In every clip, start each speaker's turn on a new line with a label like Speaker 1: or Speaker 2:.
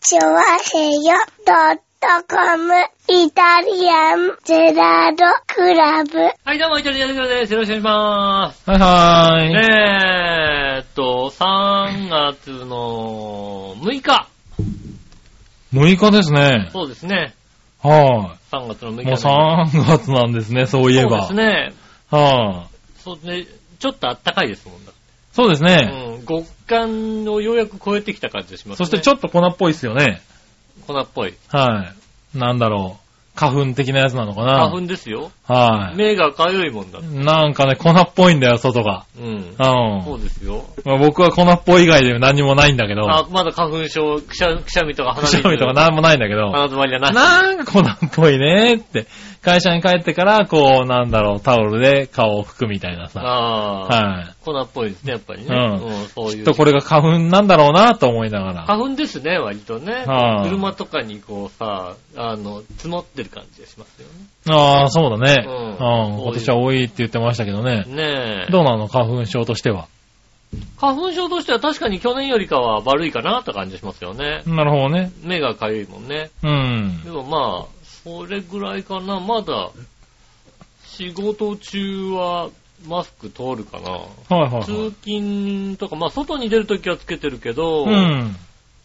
Speaker 1: チョワヘヨドットコムイタリアンゼラードクラブ。
Speaker 2: はい、どうも、イタリアンジェラです。よろしくお願いしま
Speaker 3: はいは
Speaker 2: す。
Speaker 3: ーい。
Speaker 2: えーっと、3月の6日。
Speaker 3: 6日ですね。
Speaker 2: そうですね。
Speaker 3: は
Speaker 2: 3月の6
Speaker 3: い。
Speaker 2: 日。
Speaker 3: もう3月なんです ね、そういえば。
Speaker 2: そうですね。
Speaker 3: はあ。
Speaker 2: そうね。ちょっと暖かいですもんだ。
Speaker 3: そうです
Speaker 2: う
Speaker 3: ね。
Speaker 2: ん。極寒をようやく超えてきた感じがしますね。
Speaker 3: そしてちょっと粉っぽいですよね。
Speaker 2: 粉っぽい。
Speaker 3: はい。なんだろう。花粉的なやつなのかな。
Speaker 2: 花粉ですよ。
Speaker 3: はい。
Speaker 2: 目がかゆいもんだ。
Speaker 3: なんかね、粉っぽいんだよ、外が。
Speaker 2: うん
Speaker 3: う。。
Speaker 2: そうんですよ。
Speaker 3: まあ、僕は粉っぽい以外で何もないんだけど。
Speaker 2: あ、まだ花粉症、くしゃ、くしゃみとか鼻
Speaker 3: くしゃみとか
Speaker 2: な。
Speaker 3: 何もないんだけど。
Speaker 2: 鼻詰まりじゃない。
Speaker 3: なんか粉っぽいねって。会社に帰ってから、こう、なんだろう、タオルで顔を拭くみたいなさ。
Speaker 2: ああ。
Speaker 3: は
Speaker 2: 粉っぽいですね、やっぱりね。
Speaker 3: うん
Speaker 2: うん、そう
Speaker 3: い。
Speaker 2: い
Speaker 3: きっ
Speaker 2: う。
Speaker 3: とこれが花粉なんだろうなと思いながら。
Speaker 2: 花粉ですね、割とね。
Speaker 3: はい
Speaker 2: 車とかにこうさ、あの、積もってる感じがしますよ
Speaker 3: ああ、そうだね。
Speaker 2: う
Speaker 3: うんん。今年は多いって言ってましたけどね。
Speaker 2: ね。ねえ。
Speaker 3: どうなの花粉症としては。
Speaker 2: 花粉症としては確かに去年よりかは悪いかなって感じしますよね。
Speaker 3: なるほどね。
Speaker 2: 目がかゆいもんね。
Speaker 3: うん
Speaker 2: で。もまあ、それぐらいかな。まだ、仕事中はマスク通るかな。
Speaker 3: はいはいは
Speaker 2: 通
Speaker 3: い。
Speaker 2: 勤とか、まあ外に出るときはつけてるけど、
Speaker 3: うん。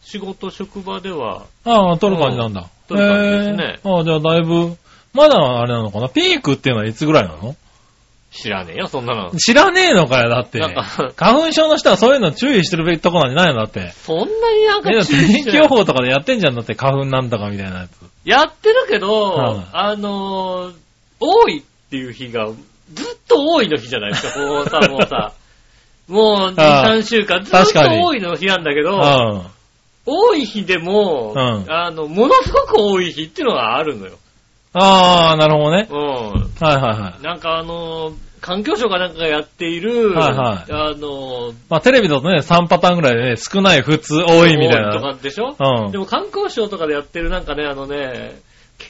Speaker 2: 仕事、職場では、
Speaker 3: ああ、取る感じなんだ。
Speaker 2: うん取る感じですね
Speaker 3: へーああ、じゃあだいぶ、まだあれなのかなピークっていうのはいつぐらいなの
Speaker 2: 知らねえよ、そんなの。
Speaker 3: 知らねえのかよ、だって
Speaker 2: なん。か、
Speaker 3: 花粉症の人はそういうの注意してるべきとこなんじゃないのだっ て。
Speaker 2: そんなになんか
Speaker 3: え、だって
Speaker 2: 注意し
Speaker 3: 天
Speaker 2: て
Speaker 3: 気
Speaker 2: ない
Speaker 3: 予報とかでやってんじゃんだって、花粉なんとかみたいなやつ。
Speaker 2: やってるけど、
Speaker 3: はい
Speaker 2: あのー多いっていう日が、ずっと多いの日じゃない ですか、こうさ、もうさ。もう2、
Speaker 3: ああ
Speaker 2: 3週間、ずっと
Speaker 3: 確かに
Speaker 2: 多いの日なんだけ
Speaker 3: う
Speaker 2: ど、
Speaker 3: ん。
Speaker 2: 多い日でも、
Speaker 3: うん
Speaker 2: あの、ものすごく多い日っていうのがあるのよ。
Speaker 3: ああ、なるほどね。
Speaker 2: う
Speaker 3: はいはいはい
Speaker 2: ん。。なんかあのー環境省かなんかがやっている、
Speaker 3: はいはい
Speaker 2: あのー
Speaker 3: まあ、テレビだとね、3パターンぐらいでね、少ない、普通、多いみたい
Speaker 2: と
Speaker 3: な。
Speaker 2: かでしょ、
Speaker 3: うん
Speaker 2: で。も観光省とかでやってるなんかね、あのね、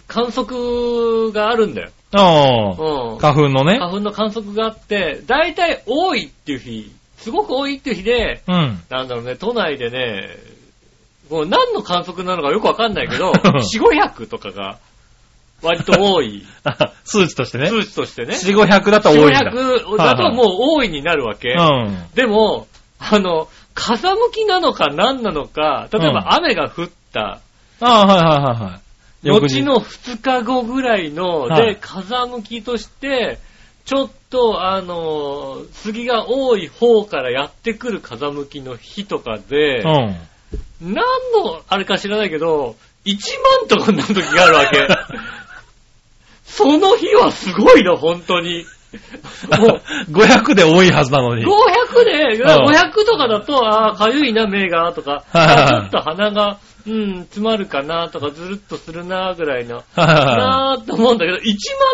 Speaker 2: 観測があるんだよ。
Speaker 3: あ
Speaker 2: うん
Speaker 3: あ。。花粉のね。
Speaker 2: 花粉の観測があって、大体多いっていう日、すごく多いっていう日で、
Speaker 3: うん。
Speaker 2: なんだろうね、都内でね、もう何の観測なのかよくわかんない けど、4、500とかが割と多い
Speaker 3: あ数値としてね。
Speaker 2: 数値としてね。
Speaker 3: 4、500だと多いんだ。
Speaker 2: 400だともう多いになるわけ。
Speaker 3: うん。
Speaker 2: でも、あの、風向きなのか何なのか、例えば雨が降った、
Speaker 3: ああ、はいはいはいはい。翌
Speaker 2: 後
Speaker 3: 日。
Speaker 2: の2日後ぐらいの、
Speaker 3: は
Speaker 2: で、
Speaker 3: い
Speaker 2: 風向きとして、ちょっと、あの、杉が多い方からやってくる風向きの日とかで、
Speaker 3: うん。
Speaker 2: 何の、あれか知らないけど、1万とかになる時があるわ け。その日はすごいの、本当に。も う、
Speaker 3: 500で多いはずなのに。
Speaker 2: 500で、
Speaker 3: うん
Speaker 2: 500とかだと、ああ、かゆいな、目が、とか、
Speaker 3: はいはい
Speaker 2: あ
Speaker 3: は
Speaker 2: ー
Speaker 3: い
Speaker 2: ちょっと鼻が、うん、詰まるかな、とか、ずるっとするな、ぐらいの、
Speaker 3: はいはいはい
Speaker 2: なーと思うんだけど、1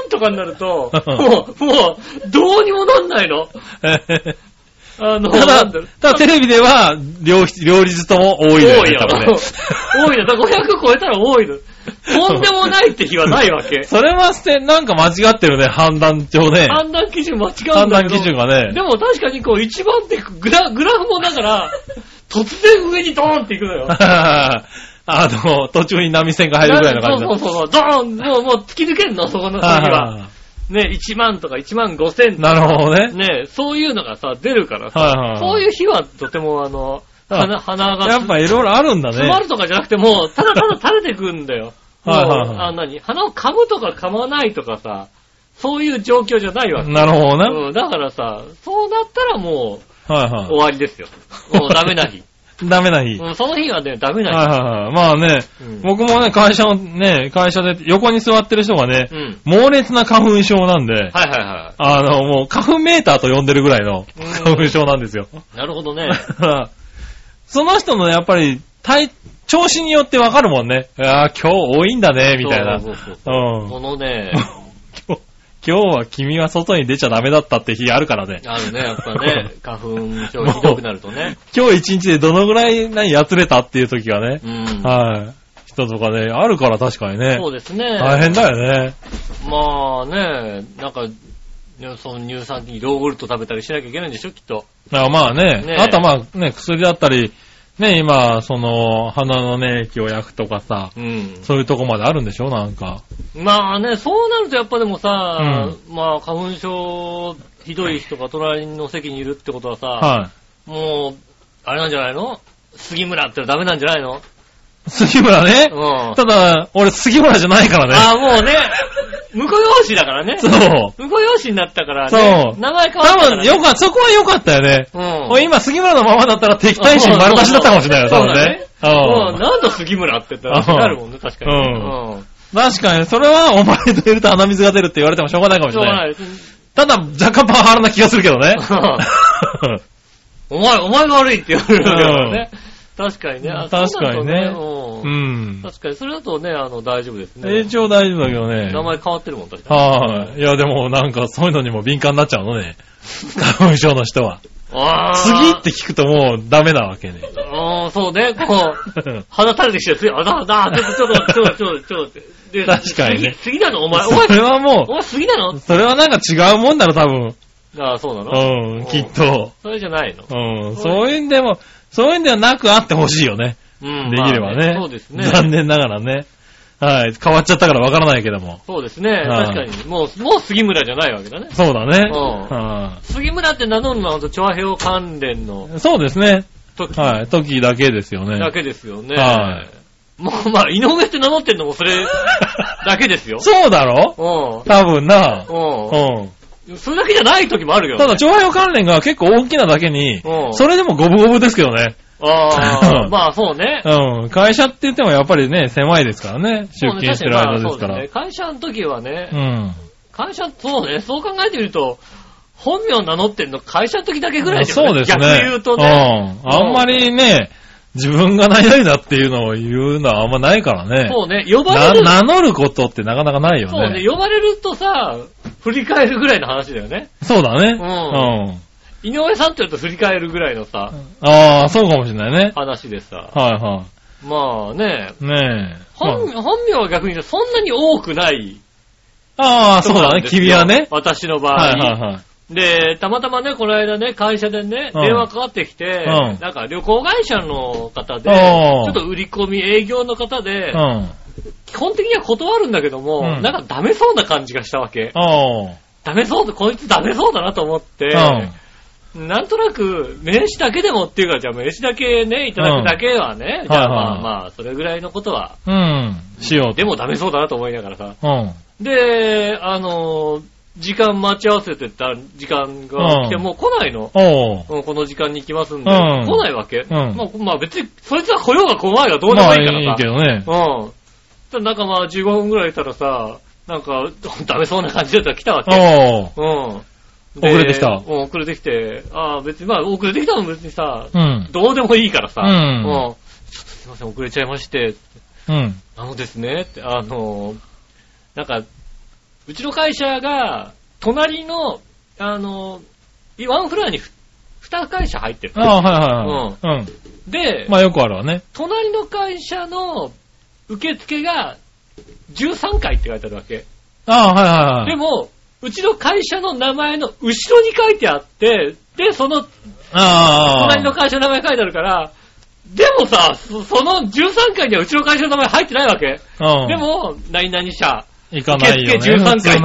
Speaker 2: 万とかになる と、
Speaker 3: うん
Speaker 2: もう、もう、どうにもなんないの。あの、
Speaker 3: た
Speaker 2: な
Speaker 3: だ、
Speaker 2: んろう
Speaker 3: ただテレビでは、両日、両日とも多
Speaker 2: 多
Speaker 3: い
Speaker 2: い
Speaker 3: だよ
Speaker 2: よ
Speaker 3: ね。多分ね。
Speaker 2: 多いよ。だから500超えたら多いの。とんでもないって日はないわけ。
Speaker 3: それはして、なんか間違ってるね、判断上ね。
Speaker 2: 判断基準間違うんだけど。
Speaker 3: 判断基準が
Speaker 2: で
Speaker 3: ね。
Speaker 2: も確かにこう一番ってグラグラフもだから、突然上にドーンっていくのよ。
Speaker 3: あの、途中に波線が入るぐらいの感じだ
Speaker 2: そうそうそう、ドーンもう、もう突き抜けんの、そこの先は。
Speaker 3: は
Speaker 2: ね、1万とか1万5千
Speaker 3: いなるほどね。
Speaker 2: ね、そういうのがさ、出るからさ、
Speaker 3: はいはいはい。
Speaker 2: そういう日はとてもあの、鼻、
Speaker 3: あ
Speaker 2: 鼻が
Speaker 3: やっぱいろいろあるんだ
Speaker 2: 詰ま
Speaker 3: ね。
Speaker 2: るとかじゃなくて、もう、ただただ垂れてくんだよ。
Speaker 3: はいはいはい
Speaker 2: もうあ、何鼻を噛むとか噛まないとかさ、そういう状況じゃないわけ。
Speaker 3: なるほどね。
Speaker 2: うん、だからさ、そうなったらも、
Speaker 3: はいう
Speaker 2: 終
Speaker 3: は
Speaker 2: わりですよ。もうダメな日。
Speaker 3: い。ダメな 日。はい
Speaker 2: うん、その日はね、ダメな日。
Speaker 3: はいはい。まあね
Speaker 2: うん、
Speaker 3: 僕もね、会社のね、会社で横に座ってる人がね
Speaker 2: う、ん。
Speaker 3: 猛烈な花粉症なんで、
Speaker 2: はいはいは
Speaker 3: あの、もう花粉メーターと呼んでるぐらいの
Speaker 2: うん
Speaker 3: 花粉症なんですよ。
Speaker 2: い。なるほどね。
Speaker 3: その人のやっぱり、体、調子によってわかるもんね。ああ、今日多いんだ ね、みたいな。う。
Speaker 2: そうそうそうんこのね、
Speaker 3: 今日今日は君は外に出ちゃダメだったって日あるからね。
Speaker 2: あるね、やっぱね、花粉症ひどくなるとね。
Speaker 3: 今日一日でどのぐらい何やつれたっていう時がね
Speaker 2: う、ん。
Speaker 3: はい。人とかね、あるから確かにね。
Speaker 2: そうですね。
Speaker 3: 大変だよね。
Speaker 2: まあね、なんか、ねその乳酸菌ヨーグルト食べたりしなきゃいけないんでしょ、きっと。
Speaker 3: あまあね
Speaker 2: ね
Speaker 3: あとはまあね、薬だったり、ね、今、その、花のね、液を焼くとかさ、
Speaker 2: うん。
Speaker 3: そういうとこまであるんでしょなんか。
Speaker 2: まあね、そうなるとやっぱでもさ、まあ花粉症ひどい人が隣の席にいるってことはさ、
Speaker 3: は
Speaker 2: もう、あれなんじゃないの杉村ってのはダメなんじゃないの
Speaker 3: い。杉村ね。
Speaker 2: うん。
Speaker 3: ただ、俺杉村じゃないからね。
Speaker 2: ああ、もうね、婿養子だからね。
Speaker 3: そう。
Speaker 2: 婿養子になったから
Speaker 3: そ
Speaker 2: ね。
Speaker 3: う
Speaker 2: 名前変わ
Speaker 3: 多
Speaker 2: ったから、
Speaker 3: 分、
Speaker 2: ね。
Speaker 3: よか、そこは良かったよね。
Speaker 2: うん。
Speaker 3: 俺今、杉村のままだったら敵対心丸出しだったかもしれないよ、多分ね。
Speaker 2: うん。
Speaker 3: う
Speaker 2: なんだ杉村って言ったらなるもんね、確かに。
Speaker 3: うん
Speaker 2: うん。
Speaker 3: ん。確かに、それはお前といると鼻水が出るって言われてもしょうがないかもし
Speaker 2: しょう
Speaker 3: れ
Speaker 2: が
Speaker 3: な。
Speaker 2: ないいです。
Speaker 3: ただ、若干パワハラな気がするけどね。
Speaker 2: お前、お前が悪いって言われるからね。確かにね。あ
Speaker 3: 確かにね
Speaker 2: そうなる
Speaker 3: う
Speaker 2: とねうん
Speaker 3: ん。
Speaker 2: 確かに、それだとね、あの、大丈夫ですね。
Speaker 3: 一応大丈夫だけどね。
Speaker 2: 名前変わってるもん、確かに。
Speaker 3: はい。いや、でもなんかそういうのにも敏感になっちゃうの ね。花粉症の人は。
Speaker 2: あー
Speaker 3: 次って聞くともうダメなわけね。
Speaker 2: あーそうね、こう。鼻垂れてきちゃって、あだあだ、ちょっとちょっとちょっとちょっとちょっとで
Speaker 3: 確かにね
Speaker 2: 次次なのお前、お
Speaker 3: そ
Speaker 2: 前、
Speaker 3: れは
Speaker 2: お
Speaker 3: も
Speaker 2: 前次な
Speaker 3: う、
Speaker 2: の
Speaker 3: それはなんか違うもんだろ、多分。
Speaker 2: ああ、そうなの
Speaker 3: うん、きっと。
Speaker 2: それじゃないの
Speaker 3: うん、そういうんでも、そういうんではなくあってほしいよね。
Speaker 2: うん。
Speaker 3: できれ
Speaker 2: ま
Speaker 3: ば
Speaker 2: あ
Speaker 3: ね。
Speaker 2: そうですね。
Speaker 3: 残念ながらね。はい。変わっちゃったからわからないけども。
Speaker 2: そうですね。
Speaker 3: はい
Speaker 2: 確かに。もう、もう杉村じゃないわけだね。
Speaker 3: そうだね。
Speaker 2: うん
Speaker 3: は
Speaker 2: 杉村って名乗るのは、ほんと、調和表関連の
Speaker 3: いそうですね。
Speaker 2: 時だ
Speaker 3: はい。時だけですよね。
Speaker 2: けですよね。
Speaker 3: はい
Speaker 2: もう、まあ、井上って名乗ってんのもそれだけですよ。
Speaker 3: そうだろ
Speaker 2: う
Speaker 3: 多分な。
Speaker 2: ん。
Speaker 3: うん。
Speaker 2: うん。それだけじゃない時もあるけ
Speaker 3: た
Speaker 2: ど
Speaker 3: だ、
Speaker 2: ね。
Speaker 3: 調和用関連が結構大きなだけに
Speaker 2: う、ん
Speaker 3: それでも五分五分ですけどね。
Speaker 2: ああ、まあそうね。
Speaker 3: うん。会社って言ってもやっぱりね、狭いですからね。出勤してる間ですか
Speaker 2: そう
Speaker 3: ら
Speaker 2: ね。。会社の時はね、
Speaker 3: うん。
Speaker 2: 会社、そうね、そう考えてみると、本名名乗ってんの会社の時だけぐらいじゃん、
Speaker 3: そうですね。
Speaker 2: 逆に言うとね。
Speaker 3: うん。あんまりね、自分が何々だっていうのを言うのはあんまないからね。
Speaker 2: そうね、呼ば
Speaker 3: な
Speaker 2: れる、
Speaker 3: 名乗ることってなかなかないよ
Speaker 2: そうね、
Speaker 3: ね。
Speaker 2: 呼ばれるとさ、振り返るぐらいの話だよね。
Speaker 3: そうだね。
Speaker 2: うん
Speaker 3: うん。
Speaker 2: 井上さんって言うと振り返るぐらいのさ、
Speaker 3: ああ、そうかもしれないね。
Speaker 2: 話でさ。
Speaker 3: はいは
Speaker 2: まあね、
Speaker 3: い。ねえ。
Speaker 2: 本
Speaker 3: ま
Speaker 2: 本名は逆にそんなに多くない。
Speaker 3: ああ、そうだね。君はね。
Speaker 2: 私の場合。
Speaker 3: はいはいはい。
Speaker 2: で、たまたまね、この間ね、会社でね、
Speaker 3: うん
Speaker 2: 電話かかってきて、
Speaker 3: うん
Speaker 2: なんか旅行会社の方で、
Speaker 3: おー
Speaker 2: ちょっと売り込み営業の方で、
Speaker 3: うん。
Speaker 2: 基本的には断るんだけども、
Speaker 3: うん
Speaker 2: なんかダメそうな感じがしたわけ。
Speaker 3: ああ。
Speaker 2: ダメそうだ、こいつダメそうだなと思って、
Speaker 3: うん。
Speaker 2: なんとなく名刺だけでもっていうか、じゃあ名刺だけね、いただくだけはね、
Speaker 3: ん
Speaker 2: じゃあ
Speaker 3: はい
Speaker 2: ま
Speaker 3: は
Speaker 2: あ
Speaker 3: い
Speaker 2: まあ、それぐらいのことは、
Speaker 3: うん。しようと
Speaker 2: でもダメそうだなと思いながらさ。
Speaker 3: うん。
Speaker 2: で、あのー時間待ち合わせてた時間が来て、
Speaker 3: うん
Speaker 2: もう来ないの。
Speaker 3: おう。
Speaker 2: うんこの時間に行きますんで、
Speaker 3: うん
Speaker 2: 来ないわけ、
Speaker 3: ん
Speaker 2: まあ、まあ別に、そいつは来ようが来まいがどうで
Speaker 3: ま
Speaker 2: も
Speaker 3: あ
Speaker 2: いいから
Speaker 3: いいけ
Speaker 2: さ。
Speaker 3: どね。
Speaker 2: うん。ただなんかまあ15分ぐらいいたらさ、なんか、 ダメそうな感じだったら来たわけ。
Speaker 3: おう。
Speaker 2: うん。
Speaker 3: 遅れてきた
Speaker 2: うん遅れてきて、ああ、別に、まあ遅れてきたのも別にさ、
Speaker 3: うん。
Speaker 2: どうでもいいからさ、
Speaker 3: うん
Speaker 2: ちょっとすいません、遅れちゃいまして、
Speaker 3: うん。
Speaker 2: あのですね、ってあの、なんか、うちの会社が、隣の、あの、ワンフロアに2会社入ってる。
Speaker 3: ああ、はいはいはい。うん。
Speaker 2: で、
Speaker 3: まあよくあるわね。
Speaker 2: 隣の会社の受付が13階って書いてあるわけ。
Speaker 3: ああ、はいはいはい。
Speaker 2: でも、うちの会社の名前の後ろに書いてあって、で、その
Speaker 3: ああ。
Speaker 2: 隣の会社の名前書いてあるから、でもさ、そその13階にはうちの会社の名前入ってないわけ。
Speaker 3: うん。
Speaker 2: で、も、何々社、
Speaker 3: 行か
Speaker 2: 受
Speaker 3: ないよね。
Speaker 2: 付13階って書い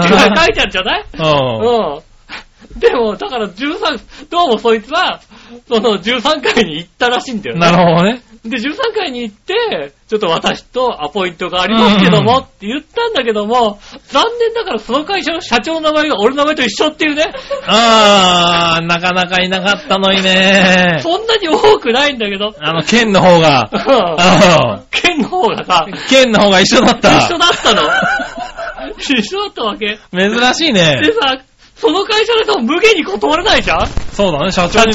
Speaker 2: てあるじゃない
Speaker 3: う
Speaker 2: う
Speaker 3: ん。
Speaker 2: ん。でも、だから13、どうもそいつは、その13階に行ったらしいんだよね。
Speaker 3: なるほどね。
Speaker 2: で、13回に行って、ちょっと私とアポイントがありますけども、
Speaker 3: うん
Speaker 2: って言ったんだけども、残念ながらその会社の社長の名前が俺の名前と一緒っていうね、
Speaker 3: ああ、なかなかいなかったのにね。
Speaker 2: そんなに多くないんだけど、
Speaker 3: あの、剣の方が。あ
Speaker 2: 県の方がさ
Speaker 3: あ、剣の方が一緒だっ
Speaker 2: 一
Speaker 3: た。
Speaker 2: 緒だった の。一緒だったわけ。
Speaker 3: 珍しいね。
Speaker 2: でさ、その会社の人も無限に断れないじゃん
Speaker 3: そうだね、社長に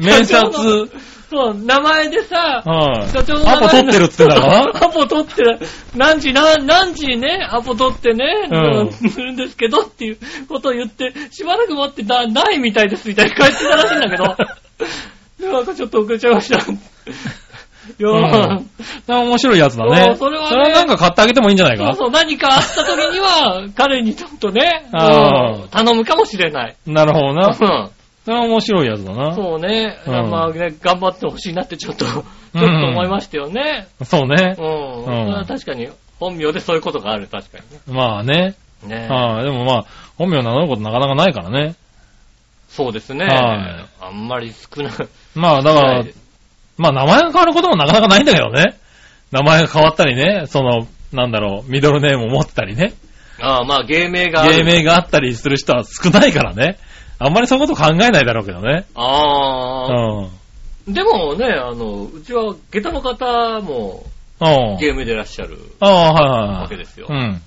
Speaker 3: 面面
Speaker 2: 社長の
Speaker 3: 接。
Speaker 2: そう、名前でさ、
Speaker 3: はい。
Speaker 2: 社長の
Speaker 3: アポ取ってるって言ってた
Speaker 2: ら
Speaker 3: か
Speaker 2: アポ取ってる。何時、何何時にね、アポ取ってね、
Speaker 3: うん
Speaker 2: するん ですけどっていうことを言って、しばらく待ってな、ないみたいですみたいに帰ってたらしいんだけ ど、なんかちょっと遅れちゃいました。いやー、
Speaker 3: うんな面白いやつだね
Speaker 2: そう。それはね
Speaker 3: なんか買ってあげてもいいんじゃない
Speaker 2: そう
Speaker 3: か
Speaker 2: そう、何かあった時には、彼にちょっとね、
Speaker 3: あー
Speaker 2: うん頼むかもしれない。
Speaker 3: なるほど
Speaker 2: う
Speaker 3: な。
Speaker 2: ん
Speaker 3: それは面白いやつだな。そ
Speaker 2: そうね。
Speaker 3: うん
Speaker 2: まあね、頑張ってほしいなってちょっと、ちょっと思いましたよね。う。
Speaker 3: うね
Speaker 2: ん。
Speaker 3: ん
Speaker 2: それは確かに、本名でそういうことがある、確かにね。
Speaker 3: まあね。
Speaker 2: ね
Speaker 3: はい、でもまあ、本名名乗ることなかなかないからね。
Speaker 2: そうですね。
Speaker 3: はい
Speaker 2: あんまり少な
Speaker 3: まあ、だから、
Speaker 2: ない。
Speaker 3: まあ名前が変わることもなかなかないんだけどね。名前が変わったりね、その、なんだろう、ミドルネームを持ってたりね。
Speaker 2: ああ、まあ芸名がある。
Speaker 3: 芸名があったりする人は少ないからね。あんまりそういうこと考えないだろうけどね。う
Speaker 2: ああ、
Speaker 3: ん。
Speaker 2: でもね、あの、うちは下駄の方も
Speaker 3: うん。
Speaker 2: 芸名でいらっしゃる
Speaker 3: ああ、はいはいはい。
Speaker 2: わけですよ。
Speaker 3: うん。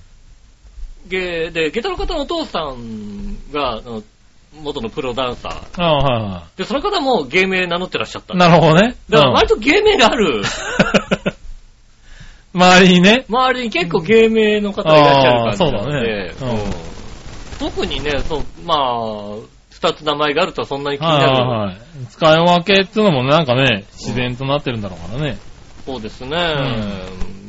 Speaker 2: 芸で、下駄の方のお父さんが、あの元のプロダンサー。
Speaker 3: ああ、はいは
Speaker 2: で、その方も芸名名乗ってらっしゃった。
Speaker 3: い。
Speaker 2: だ
Speaker 3: なるほどね。
Speaker 2: から
Speaker 3: うん
Speaker 2: 割と芸名があ る。
Speaker 3: 周りにね。
Speaker 2: 周りに結構芸名の方がいらっしゃる感じなので
Speaker 3: あー、そうだねうん
Speaker 2: 特にね、そう、まあ、二つ名前があるとはそんなに気に
Speaker 3: はい
Speaker 2: なる。
Speaker 3: はいはい。使い分けっていうのもなんかね、自然となってるんだろうからね。
Speaker 2: そうですね、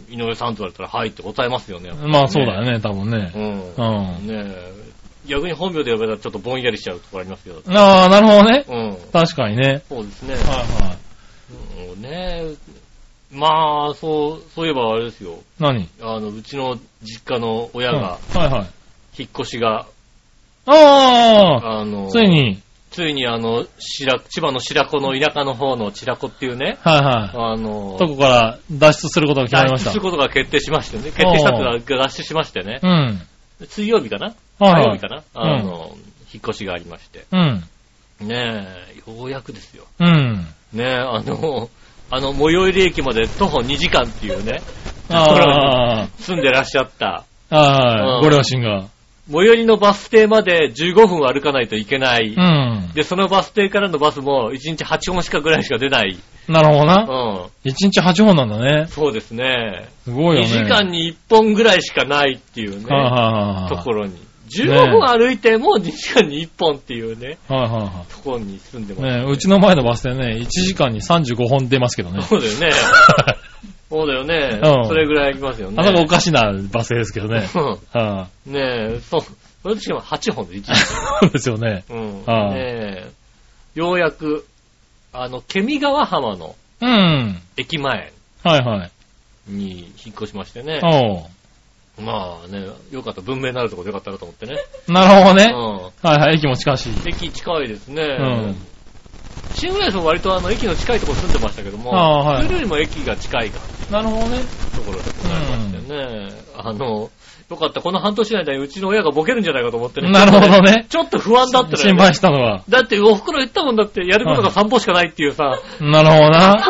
Speaker 2: 井上さんと言われたら、はいって答えますよね。
Speaker 3: まあそうだよね、多分ね
Speaker 2: う。ん。
Speaker 3: うん。
Speaker 2: ねえ逆に本名で呼べたらちょっとぼんやりしちゃうところありますけど。
Speaker 3: ああ、なるほどね。
Speaker 2: うん。
Speaker 3: 確かにね。
Speaker 2: そうですね。
Speaker 3: はいはい。
Speaker 2: うんねえまあ、そう、そういえばあれですよ。
Speaker 3: 何
Speaker 2: あの、うちの実家の親が、
Speaker 3: うんはいはい。
Speaker 2: 引っ越しが、
Speaker 3: あ
Speaker 2: あの、
Speaker 3: あつい。に、
Speaker 2: ついにあの、白、千葉の白子の田舎の方の白子っていうね、
Speaker 3: はいは
Speaker 2: あ
Speaker 3: い。
Speaker 2: の
Speaker 3: と、こから脱出することが決まりまし
Speaker 2: 脱出
Speaker 3: た。
Speaker 2: することが決定しましてね、決定したっていうか脱出しましてね
Speaker 3: う、ん。
Speaker 2: 水曜日かな
Speaker 3: は
Speaker 2: 火
Speaker 3: い
Speaker 2: 曜
Speaker 3: は
Speaker 2: 日
Speaker 3: い
Speaker 2: か。なあの、引っ越しがありまして。
Speaker 3: うん。
Speaker 2: ねえ、ようやくですよ。
Speaker 3: うん。
Speaker 2: ねえ、あの、あの、最寄り駅まで徒歩2時間っていうね、
Speaker 3: あ
Speaker 2: 住んでらっしゃった、
Speaker 3: あ、は
Speaker 2: うん
Speaker 3: い。ご両親が。
Speaker 2: 最寄りのバス停まで15分歩かないといけない。
Speaker 3: うん。
Speaker 2: で、そのバス停からのバスも1日8本しかぐらいしか出ない。
Speaker 3: なるほど
Speaker 2: う
Speaker 3: な。
Speaker 2: ん。
Speaker 3: 一日八本なんだね。
Speaker 2: そうですね。
Speaker 3: すごいよ
Speaker 2: 2
Speaker 3: ね。
Speaker 2: 時間に1本ぐらいしかないっていう
Speaker 3: はいはい
Speaker 2: ね、
Speaker 3: はい
Speaker 2: と
Speaker 3: はい
Speaker 2: ころに。15分歩いても2時間に1本っていうね、
Speaker 3: はいはいは
Speaker 2: ところに住んで
Speaker 3: い。
Speaker 2: ます。。
Speaker 3: ねうちの前のバス停ね、1時間に35本出ますけどね
Speaker 2: そうだよ ね。そうだよね。
Speaker 3: うん
Speaker 2: それぐらいありますよね。
Speaker 3: あそこおかしなバス停ですけどね。
Speaker 2: うん
Speaker 3: は
Speaker 2: ねえ、そう。それしかも8本で1
Speaker 3: い。そうですよね。
Speaker 2: うん。
Speaker 3: あ
Speaker 2: ね
Speaker 3: あ
Speaker 2: え、ようやく、あの、ケミ川浜の
Speaker 3: うん。
Speaker 2: 駅前
Speaker 3: はいはい。
Speaker 2: に引っ越しましてね。
Speaker 3: お
Speaker 2: まあね、よかった。文明になるとこでよかったなと思ってね。
Speaker 3: うなるほどね。
Speaker 2: う
Speaker 3: はいはい、駅も近しい。
Speaker 2: ん。駅近いですね。
Speaker 3: うん。
Speaker 2: シングライスも割とあの、駅の近いところ住んでましたけども、
Speaker 3: ああはい
Speaker 2: それよりも駅が近いか
Speaker 3: なるほどね。
Speaker 2: ところでございましてね。あの、よかった。この半年の間にうちの親がボケるんじゃないかと思ってね。
Speaker 3: なるほど ね。
Speaker 2: ちょっと不安だったのよ
Speaker 3: 心
Speaker 2: ね
Speaker 3: 配したのは。
Speaker 2: だって、お袋言ったもんだって、やることが散歩しかないっていう さ。
Speaker 3: なるほどな。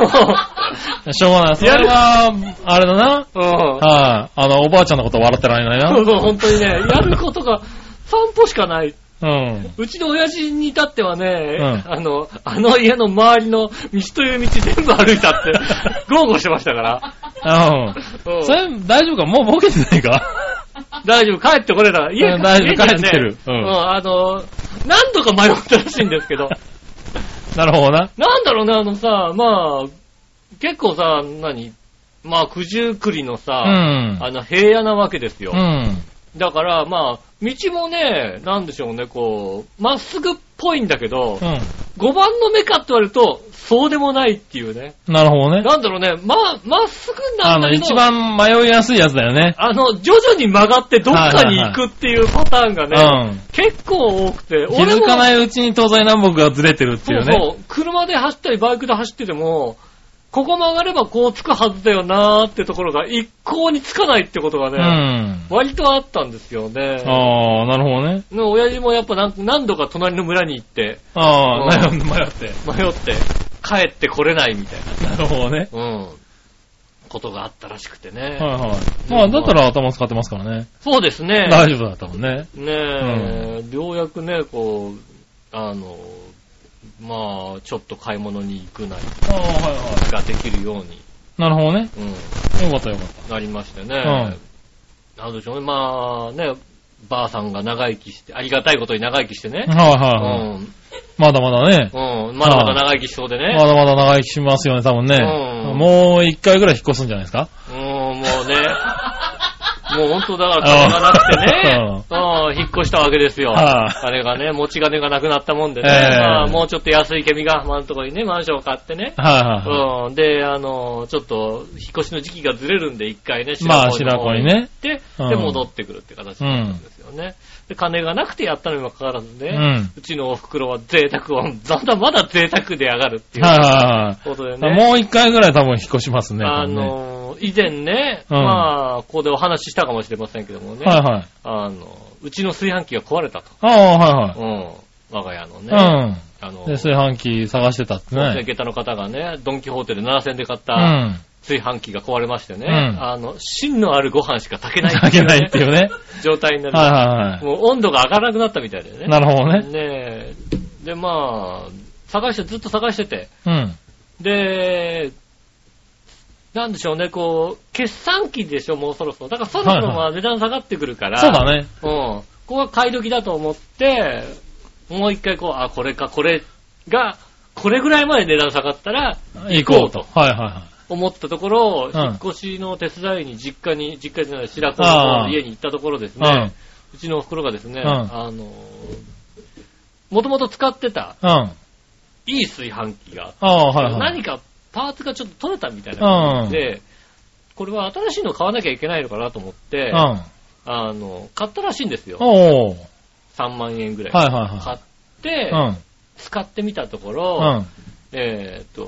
Speaker 3: しょうがない。それは、あれだな。
Speaker 2: うん。
Speaker 3: はい。あの、おばあちゃんのこと笑ってられない
Speaker 2: そうそう、本当にね、やることが散歩しかない。
Speaker 3: な。うん。
Speaker 2: うちの親父に至ってはね、
Speaker 3: うん
Speaker 2: あの、あの家の周りの道という道全部歩いた って、豪語してましたから。う
Speaker 3: うんん。それ、大丈夫かもうボケてないか
Speaker 2: 大丈夫、帰ってこれた。家
Speaker 3: うん大丈夫
Speaker 2: 家にはね
Speaker 3: 帰ってきてるうん
Speaker 2: うん、あの、何度か迷ったらしいんですけ ど、
Speaker 3: なるほどな。
Speaker 2: なんだろうね、あのさ、まあ、結構さ、何まあ、九十九里の
Speaker 3: う
Speaker 2: さ、
Speaker 3: ん。
Speaker 2: あの、平野なわけですよ。
Speaker 3: うん。
Speaker 2: だから、まあ、道もね、なんでしょうね、こう、まっすぐっぽいんだけど
Speaker 3: う、
Speaker 2: 5番の目かって言われると、そうでもないっていうね。
Speaker 3: ん。なるほどね。
Speaker 2: なんだろうね、ま、まっすぐな
Speaker 3: あ
Speaker 2: んだ
Speaker 3: の、
Speaker 2: けど、
Speaker 3: 一番迷いやすいやつだよね。
Speaker 2: あの、徐々に曲がってどっかに行くっていうパターンが
Speaker 3: う
Speaker 2: ね、
Speaker 3: ん。
Speaker 2: 結構多くて、
Speaker 3: 気づかな
Speaker 2: っ
Speaker 3: いうちに東西南北がずれてるっていうね。
Speaker 2: そうそう、車で走ったりバイクで走ってても、ここ曲がればこうつくはずだよなーってところが一向につかないってことが
Speaker 3: う
Speaker 2: ね、
Speaker 3: ん。
Speaker 2: 割とあったんですよね。
Speaker 3: ああ、なるほどね。
Speaker 2: の親父もやっぱ何何度か隣の村に行って、
Speaker 3: ああ、
Speaker 2: う
Speaker 3: 迷
Speaker 2: ん
Speaker 3: う迷って。
Speaker 2: 迷って、帰ってこれないみたい
Speaker 3: なるほどね。
Speaker 2: な、うん、ことがあったらしくてね。
Speaker 3: はいはい。まあ、だったら頭使ってますからね。
Speaker 2: そうですね。
Speaker 3: 大丈夫だったもんね。
Speaker 2: ねえ、ようやくね、こう、あの、まあ、ちょっと買い物に行くなり
Speaker 3: ああ、はいは
Speaker 2: ができるように、
Speaker 3: い。なるほどね。
Speaker 2: うん、
Speaker 3: よかったよかっ
Speaker 2: なりましてね。なんでしょうね、まあね、ばあさんが長生きして、ありがたいことに長生きして
Speaker 3: た。
Speaker 2: ね。
Speaker 3: はいうはいはい。
Speaker 2: ん、
Speaker 3: まだまだね。
Speaker 2: うん、まだまだ長生きしそうでね。
Speaker 3: まだまだ長生きしますよね、多分ね
Speaker 2: う。ん
Speaker 3: もう一回ぐらい引っ越すんじゃないですか
Speaker 2: うーん、もうね。 もう本当だから金がなくてね、うん、引っ越したわけですよ。
Speaker 3: はい
Speaker 2: 金がね、持ち金がなくなったもんでね、
Speaker 3: ええ
Speaker 2: まあもうちょっと安いケミガマのとこにね、マンションを買ってね、
Speaker 3: はいはい。
Speaker 2: うん、で、あの、ちょっと、引っ越しの時期がずれるんで、一回ね、
Speaker 3: まあ
Speaker 2: の方
Speaker 3: 白子にね
Speaker 2: 行って、
Speaker 3: うん
Speaker 2: で、戻ってくるって形だったんですよね。で、金がなくてやったのにもかかわらずね、
Speaker 3: うん
Speaker 2: ちのお袋は贅沢を、だんだんまだ贅沢で上がるってい
Speaker 3: はいうは
Speaker 2: ことで
Speaker 3: い
Speaker 2: ね。
Speaker 3: はい。もう一回ぐらい多分引っ越しますね。
Speaker 2: あ
Speaker 3: 多分ね
Speaker 2: の、以前ね、
Speaker 3: うん
Speaker 2: まあ、ここでお話ししたかもしれませんけどもね、
Speaker 3: はいはい。
Speaker 2: あの、うちの炊飯器が壊れたと。
Speaker 3: ああ、
Speaker 2: うん。我が家のね、
Speaker 3: はいはい。
Speaker 2: あの
Speaker 3: うん。で、、炊飯器探してたって
Speaker 2: ね、
Speaker 3: ね。
Speaker 2: 下駄の方がね、ドンキホーテで7000で買っ
Speaker 3: う
Speaker 2: た、
Speaker 3: ん。
Speaker 2: 炊飯器が壊れましてね、
Speaker 3: うん
Speaker 2: あの、芯のあるご飯しか炊けない
Speaker 3: 炊けないっていう
Speaker 2: ね、
Speaker 3: ね。
Speaker 2: 状態になる。
Speaker 3: はいはいはい。
Speaker 2: もう温度が上がらなくなったみたいだよね。
Speaker 3: なるほどね。
Speaker 2: ねえで、まあ、探して、ずっと探してて、
Speaker 3: うん。
Speaker 2: で、なんでしょうね、こう、決算期でしょ、もうそろそろ。だからそろそろまあ値段下がってくるから、
Speaker 3: そうだね。
Speaker 2: うん。ここが買い時だと思って、もう一回こう、あ、これか、これが、これぐらいまで値段下がったら、
Speaker 3: 行
Speaker 2: こ
Speaker 3: こ
Speaker 2: う
Speaker 3: う
Speaker 2: と
Speaker 3: と。はいはいはい。
Speaker 2: 思ったところ、
Speaker 3: うん
Speaker 2: 引っ越しの手伝いに実家に、実家じゃない、白子の家に行ったところですね、うちのお袋がですね、
Speaker 3: うん
Speaker 2: あの、もともと使ってた
Speaker 3: うん。うん。
Speaker 2: いい炊飯器が、
Speaker 3: ああ、はいはい。
Speaker 2: 何かパーツがちょっと取れたみたいな感じで、これは新しいの買わなきゃいけないのかなと思って、
Speaker 3: うん。
Speaker 2: あの、買ったらしいんですよ。
Speaker 3: おー。
Speaker 2: 3万円ぐらい。
Speaker 3: はいはい
Speaker 2: 買
Speaker 3: は
Speaker 2: って、
Speaker 3: い。うん。
Speaker 2: 使ってみたとこ
Speaker 3: う
Speaker 2: ろ、
Speaker 3: ん。
Speaker 2: えっ、と、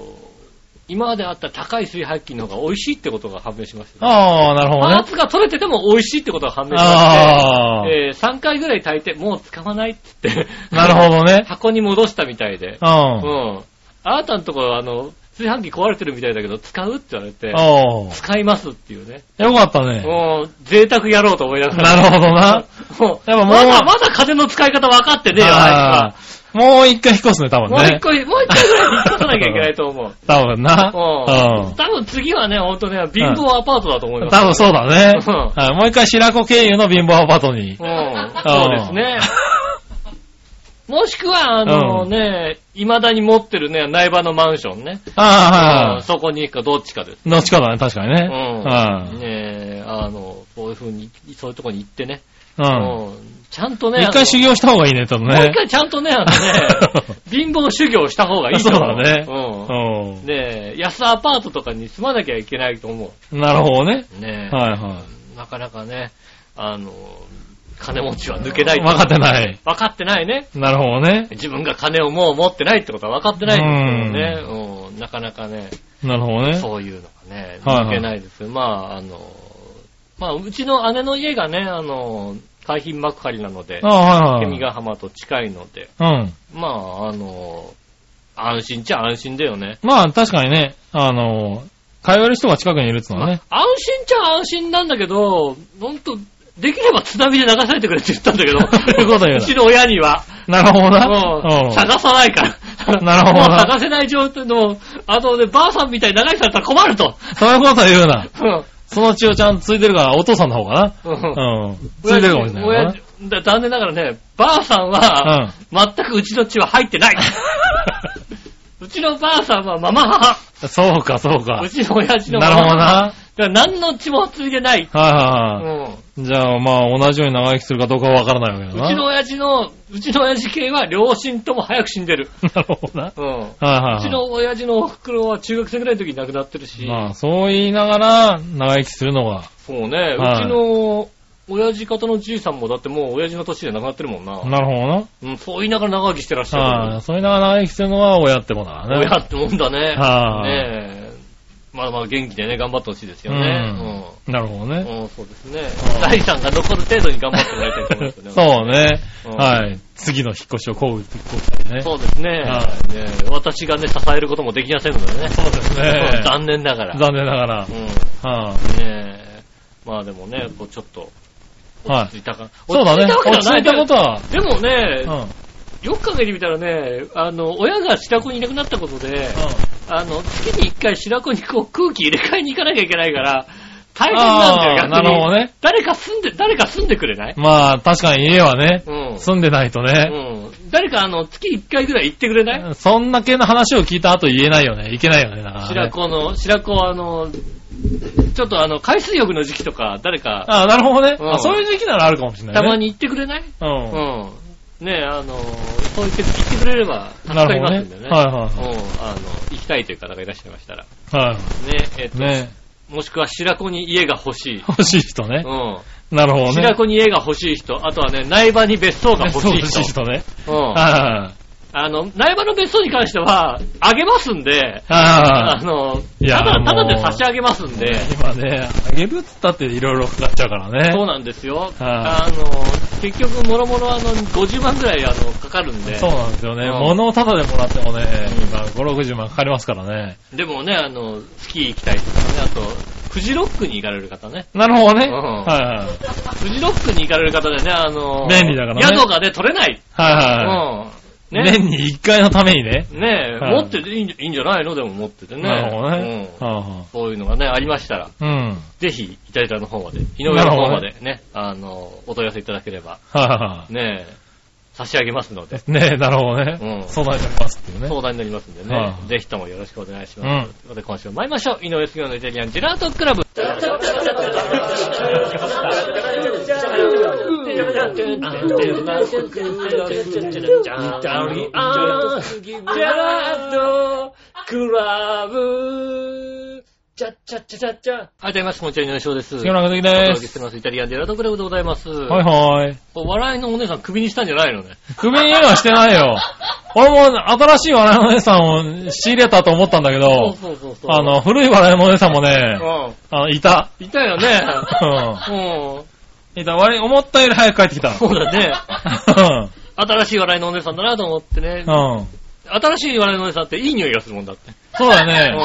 Speaker 2: 今まであった高い炊飯器の方が美味しいってことが判明しましたね、
Speaker 3: ああ、なるほど
Speaker 2: パー
Speaker 3: ね。
Speaker 2: ツが取れてても美味しいってことが判明しま
Speaker 3: ああ
Speaker 2: し、て、えー3回ぐらい炊いて、もう使わないっつって、
Speaker 3: なるほどね。
Speaker 2: 箱に戻したみたいで、
Speaker 3: う。
Speaker 2: うんん。あなたのところ、あの、炊飯器壊れてるみたいだけど、使うって言われて、
Speaker 3: おー。
Speaker 2: 使いますっていうね。
Speaker 3: よかったね。
Speaker 2: もう、贅沢やろうと思いながら。
Speaker 3: なるほどな。
Speaker 2: もう、
Speaker 3: やっぱも
Speaker 2: ま
Speaker 3: う
Speaker 2: だまだ風の使い方分かってねえよ、あい
Speaker 3: あーもう一回引っ越すね、多
Speaker 2: つはも
Speaker 3: 分
Speaker 2: う
Speaker 3: ね
Speaker 2: 一。個、もう一回ぐらい引っ越さなきゃいけないと思 う。
Speaker 3: 多分な。
Speaker 2: うん。多
Speaker 3: ん。
Speaker 2: 分次はね、ほんとね、貧乏アパートだと思います。
Speaker 3: 多分そうだね。
Speaker 2: うん
Speaker 3: はいもう一回白子経由の貧乏アパートに。
Speaker 2: うんそうですね。 もしくは、あの
Speaker 3: うん
Speaker 2: ね、未だに持ってるね、苗場のマンションね。う
Speaker 3: ああ
Speaker 2: ん、そこに行くかどっちかです。
Speaker 3: はいはい。どっちかだね、確かに
Speaker 2: う
Speaker 3: ね。
Speaker 2: ん。ねえあの、こういう風に、そういうとこに行ってね。
Speaker 3: うん。うん。
Speaker 2: うんちゃんとね、
Speaker 3: 一回修行した方がいいね、多分
Speaker 2: あのもう一
Speaker 3: ね。
Speaker 2: 回ちゃんとね、 あのね、貧乏修行した方がいいと思う。
Speaker 3: そうだね
Speaker 2: う。
Speaker 3: う
Speaker 2: ね
Speaker 3: ん
Speaker 2: え安アパートとかに住まなきゃいけないと思
Speaker 3: ん。なるほどね。
Speaker 2: う。ねえ
Speaker 3: はいは
Speaker 2: なかなかね、あの、金持ちは抜けない。
Speaker 3: い。分かってない。
Speaker 2: 分かってないね。
Speaker 3: なるほど ね。
Speaker 2: 自分が金をもう持ってないってことは分かってないんですけどね。うん、なかなかね、
Speaker 3: なるほどね。
Speaker 2: そういうのがね、
Speaker 3: はいはい
Speaker 2: 抜けないですよ。まあ、あの、まあ、うちの姉の家がね、あの、海浜幕張なので、
Speaker 3: ああ、はい
Speaker 2: 君
Speaker 3: はい。
Speaker 2: ヶ浜と近いので、
Speaker 3: うん。
Speaker 2: まあ、あの、安心っちゃ安心だよね。
Speaker 3: まあ、確かにね、あの、通える人が近くにいるってのはね。
Speaker 2: 安心っちゃ安心なんだけど、ほんと、できれば津波で流されてくれって言ったんだけど、
Speaker 3: ういうこと言うな
Speaker 2: うちの親には。
Speaker 3: なるほどな。
Speaker 2: もう、探さないから。
Speaker 3: なるほどな
Speaker 2: もう探せない状態の、あとね、ばあさんみたいに流されたら困ると。
Speaker 3: そういうこと言うな。
Speaker 2: うん。
Speaker 3: その血をちゃんとついてるから、お父さんの方か
Speaker 2: うん。
Speaker 3: な。うん。ついてるかもしれないからね。
Speaker 2: 親だ残念ながらね、ばあさんは、全くうちの血は入って ない。うちのばあさんはママ母。
Speaker 3: そうか、そうか
Speaker 2: う。ちの親父のマ
Speaker 3: な
Speaker 2: マ
Speaker 3: るほ
Speaker 2: 母。
Speaker 3: どな。
Speaker 2: だから何の血もついてない。
Speaker 3: は
Speaker 2: う
Speaker 3: いはいは
Speaker 2: ん。
Speaker 3: い。じゃあ、まあ、同じように長生きするかどうかはわからないわけ
Speaker 2: う
Speaker 3: だな。
Speaker 2: ちの親父の、うちの親父系は両親とも早く死んでる。
Speaker 3: なるほどな。
Speaker 2: うん。う
Speaker 3: はいはいはい。
Speaker 2: ちの親父のお袋は中学生ぐらいの時に亡くなってるし。
Speaker 3: まあ、そう言いながら、長生きするのが。
Speaker 2: そうね、
Speaker 3: はいう
Speaker 2: ちの親父方のじいさんもだってもう親父の年で亡くなってるもんな。
Speaker 3: なるほどな。
Speaker 2: うん、そう言いながら長生きしてらっし
Speaker 3: は
Speaker 2: ゃ
Speaker 3: い。そう言いながら長生きするのは親ってもんだか
Speaker 2: る。
Speaker 3: らね。
Speaker 2: 親ってもんだね。
Speaker 3: はい
Speaker 2: ねえ。まだまだ元気でね、頑張ってほしいですよね。
Speaker 3: うん。なるほど
Speaker 2: うん。
Speaker 3: ね。
Speaker 2: うん、そうですね。財産が残る程度に頑張ってもらいたいと思いますね。
Speaker 3: そうね。
Speaker 2: うん
Speaker 3: はい。次の引っ越しをこう、こうね。
Speaker 2: そうですね
Speaker 3: は
Speaker 2: ねえ私がね、支えることもできませんのでね。
Speaker 3: そうです
Speaker 2: うん
Speaker 3: ね。
Speaker 2: 残念ながら。
Speaker 3: 残念ながら。
Speaker 2: うん。
Speaker 3: は
Speaker 2: ねえ。まあでもね、こうちょっと、
Speaker 3: い。はい。
Speaker 2: ついたか。
Speaker 3: そうだね。
Speaker 2: 落
Speaker 3: 落
Speaker 2: ち
Speaker 3: ち
Speaker 2: 着
Speaker 3: 着
Speaker 2: い
Speaker 3: い
Speaker 2: た
Speaker 3: た
Speaker 2: こ
Speaker 3: ことと
Speaker 2: はな
Speaker 3: は。
Speaker 2: いけど。で
Speaker 3: うん。
Speaker 2: もね、
Speaker 3: うん。
Speaker 2: よく考えてみたらね、あの、親が白子にいなくなったことで、あの、月に一回白子にこう空気入れ替えに行かなきゃいけないから、大変なんだよ、
Speaker 3: あ
Speaker 2: 逆
Speaker 3: ー
Speaker 2: に。
Speaker 3: なるほどね。
Speaker 2: 誰か住んで、誰か住んでくれない
Speaker 3: まあ、確かに家はね、
Speaker 2: うん。
Speaker 3: 住んでないと
Speaker 2: う
Speaker 3: ね。
Speaker 2: ん。誰かあの、月一回ぐらい行ってくれない、
Speaker 3: そんな系の話を聞いた後言えないよね。いけないよね。だからね
Speaker 2: 白子の、白子はあの、ちょっとあの、海水浴の時期とか、誰か、
Speaker 3: ああ、なるほどね、
Speaker 2: うん
Speaker 3: あそういう時期ならあるかもしれない、ね。
Speaker 2: たま。に行ってくれない
Speaker 3: うん。
Speaker 2: うん。ねえ、あの、そう言って、行ってくれれば、助
Speaker 3: な
Speaker 2: かり
Speaker 3: るほ
Speaker 2: ま
Speaker 3: ど
Speaker 2: す
Speaker 3: ね
Speaker 2: んでね。。
Speaker 3: はい
Speaker 2: い。
Speaker 3: は
Speaker 2: うん、あの、行きたいという方がいらっしゃいましたら。ね
Speaker 3: いはい。は
Speaker 2: え、っ
Speaker 3: い。
Speaker 2: と、
Speaker 3: ね
Speaker 2: もしくは白子に家が欲しい。
Speaker 3: 欲しい人ね。
Speaker 2: う
Speaker 3: なるほ
Speaker 2: ん。
Speaker 3: どね。
Speaker 2: 白子に家が欲しい人、あとはね、苗場に別荘が欲しい
Speaker 3: 欲しい
Speaker 2: 人。
Speaker 3: 人ね。
Speaker 2: うん。
Speaker 3: はいはいはい。
Speaker 2: あの、苗場の別荘に関しては、あげますんで、あ
Speaker 3: ああ。
Speaker 2: の、
Speaker 3: いや
Speaker 2: ただ、ただで
Speaker 3: もう
Speaker 2: 差し上げますんで、
Speaker 3: 今ね、あげるっつったっていろいろかかっちゃうからね。
Speaker 2: そう
Speaker 3: う
Speaker 2: なんですよ。
Speaker 3: は
Speaker 2: あの、結局、もろもろあの、50万ぐらい、あの、かかるんで。
Speaker 3: そうなんですよね。
Speaker 2: うん
Speaker 3: 物をタダでもらってもね、
Speaker 2: うん
Speaker 3: まあ5、60万かかりますからね。
Speaker 2: でもね、あの、スキー行きたい人とかね、あと、フジロックに行かれる方ね。
Speaker 3: なるほどね。
Speaker 2: うん
Speaker 3: はいはい。
Speaker 2: フジロックに行かれる方でね、あの、
Speaker 3: 便利だからね
Speaker 2: 宿がね、取れない。
Speaker 3: はいはい。
Speaker 2: うん。ね。
Speaker 3: 年に1回のためにね。
Speaker 2: ねえ、
Speaker 3: はい
Speaker 2: 持ってていいんじゃいいんじゃないのでも持っててね。
Speaker 3: なるほどね。
Speaker 2: うん。
Speaker 3: は
Speaker 2: そういうのがね、ありましたら、
Speaker 3: あはあうん。はい
Speaker 2: ぜひ、イタリアの方まで、井上の方までね、あの、お問い合わせいただければ、
Speaker 3: は
Speaker 2: ねえ、差し上げますので、
Speaker 3: い。ねえ、なるほどね
Speaker 2: う。ん
Speaker 3: 相談いただきますっていうね。
Speaker 2: 相談になりますんでね、
Speaker 3: はい
Speaker 2: ぜひともよろしくお願いし
Speaker 3: う
Speaker 2: ます。
Speaker 3: ん
Speaker 2: ということで、今週も参りましょう。井上杉雄のイタリアンジェラートクラブ。はい、どうも、こんにちは、井上翔です。
Speaker 3: 杉村和樹
Speaker 2: お
Speaker 3: で
Speaker 2: 届けし
Speaker 3: す。
Speaker 2: てます。イタリアンジェラートクラブでございます。
Speaker 3: はいはい。
Speaker 2: お笑いのお姉さん首にしたんじゃないのね。
Speaker 3: 首にはしてないよ。俺も新しい笑いのお姉さんを仕入れたと思ったんだけど、
Speaker 2: そうそうそう。
Speaker 3: あの、古い笑いのお姉さんもね、
Speaker 2: の、
Speaker 3: あの、いた。
Speaker 2: うん。いたよね。
Speaker 3: う
Speaker 2: うん。
Speaker 3: ん。いた。割り、思ったより早く帰ってきた。
Speaker 2: そうだ ね。新しい笑いのお姉さんだなと思ってね。
Speaker 3: うん。うん。
Speaker 2: 新しい笑いのお姉さんっていい匂いがするもんだって。
Speaker 3: そうだ
Speaker 2: う
Speaker 3: ね。
Speaker 2: ん。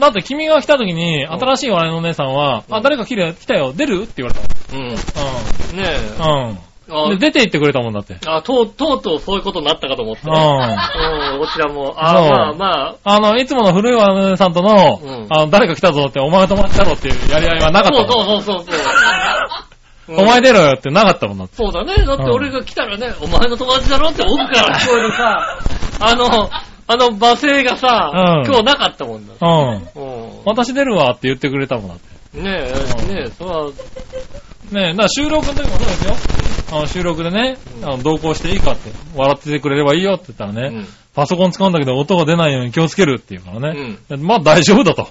Speaker 3: だって君が来た時に、
Speaker 2: ん
Speaker 3: 新しい笑いのお姉さんは、
Speaker 2: う
Speaker 3: あ、
Speaker 2: ん
Speaker 3: 誰か来る来たよ、出るって言われ
Speaker 2: うん。
Speaker 3: たもん。
Speaker 2: ねえ。
Speaker 3: うん。う
Speaker 2: あ
Speaker 3: ん。で、出て行ってくれたもんだって。
Speaker 2: あとう、とうとうそういうことになったかと思って。
Speaker 3: う。
Speaker 2: うんん。
Speaker 3: あ
Speaker 2: こちらも、あ
Speaker 3: そう
Speaker 2: まあま
Speaker 3: の、いつもの古いわねさんとの、
Speaker 2: うん
Speaker 3: あの、誰か来たぞって、お前と友達だろっていうやり合いはな
Speaker 2: あ。
Speaker 3: かった
Speaker 2: そう
Speaker 3: もん。
Speaker 2: そうそうそうそう。
Speaker 3: お前
Speaker 2: で。
Speaker 3: 出ろよってなかったもんだって。
Speaker 2: そうだね。だって俺が来たらね、お前の友達だろって奥から聞こえるさ、 あの、あの罵声がさ、
Speaker 3: うん
Speaker 2: 今日なかったもんだ。
Speaker 3: うん。
Speaker 2: うん。
Speaker 3: 私出るわって言ってくれたもんだって。
Speaker 2: ね
Speaker 3: う
Speaker 2: え、
Speaker 3: ん
Speaker 2: ねえ、それは、
Speaker 3: ねえ、だから収録の時もそうですよ。あの収録でね、
Speaker 2: うん
Speaker 3: あの同行していいかって、笑っててくれればいいよって言ったらね、
Speaker 2: うん
Speaker 3: パソコン使うんだけど音が出ないように気をつけるっていうからね、まあ大丈夫だと、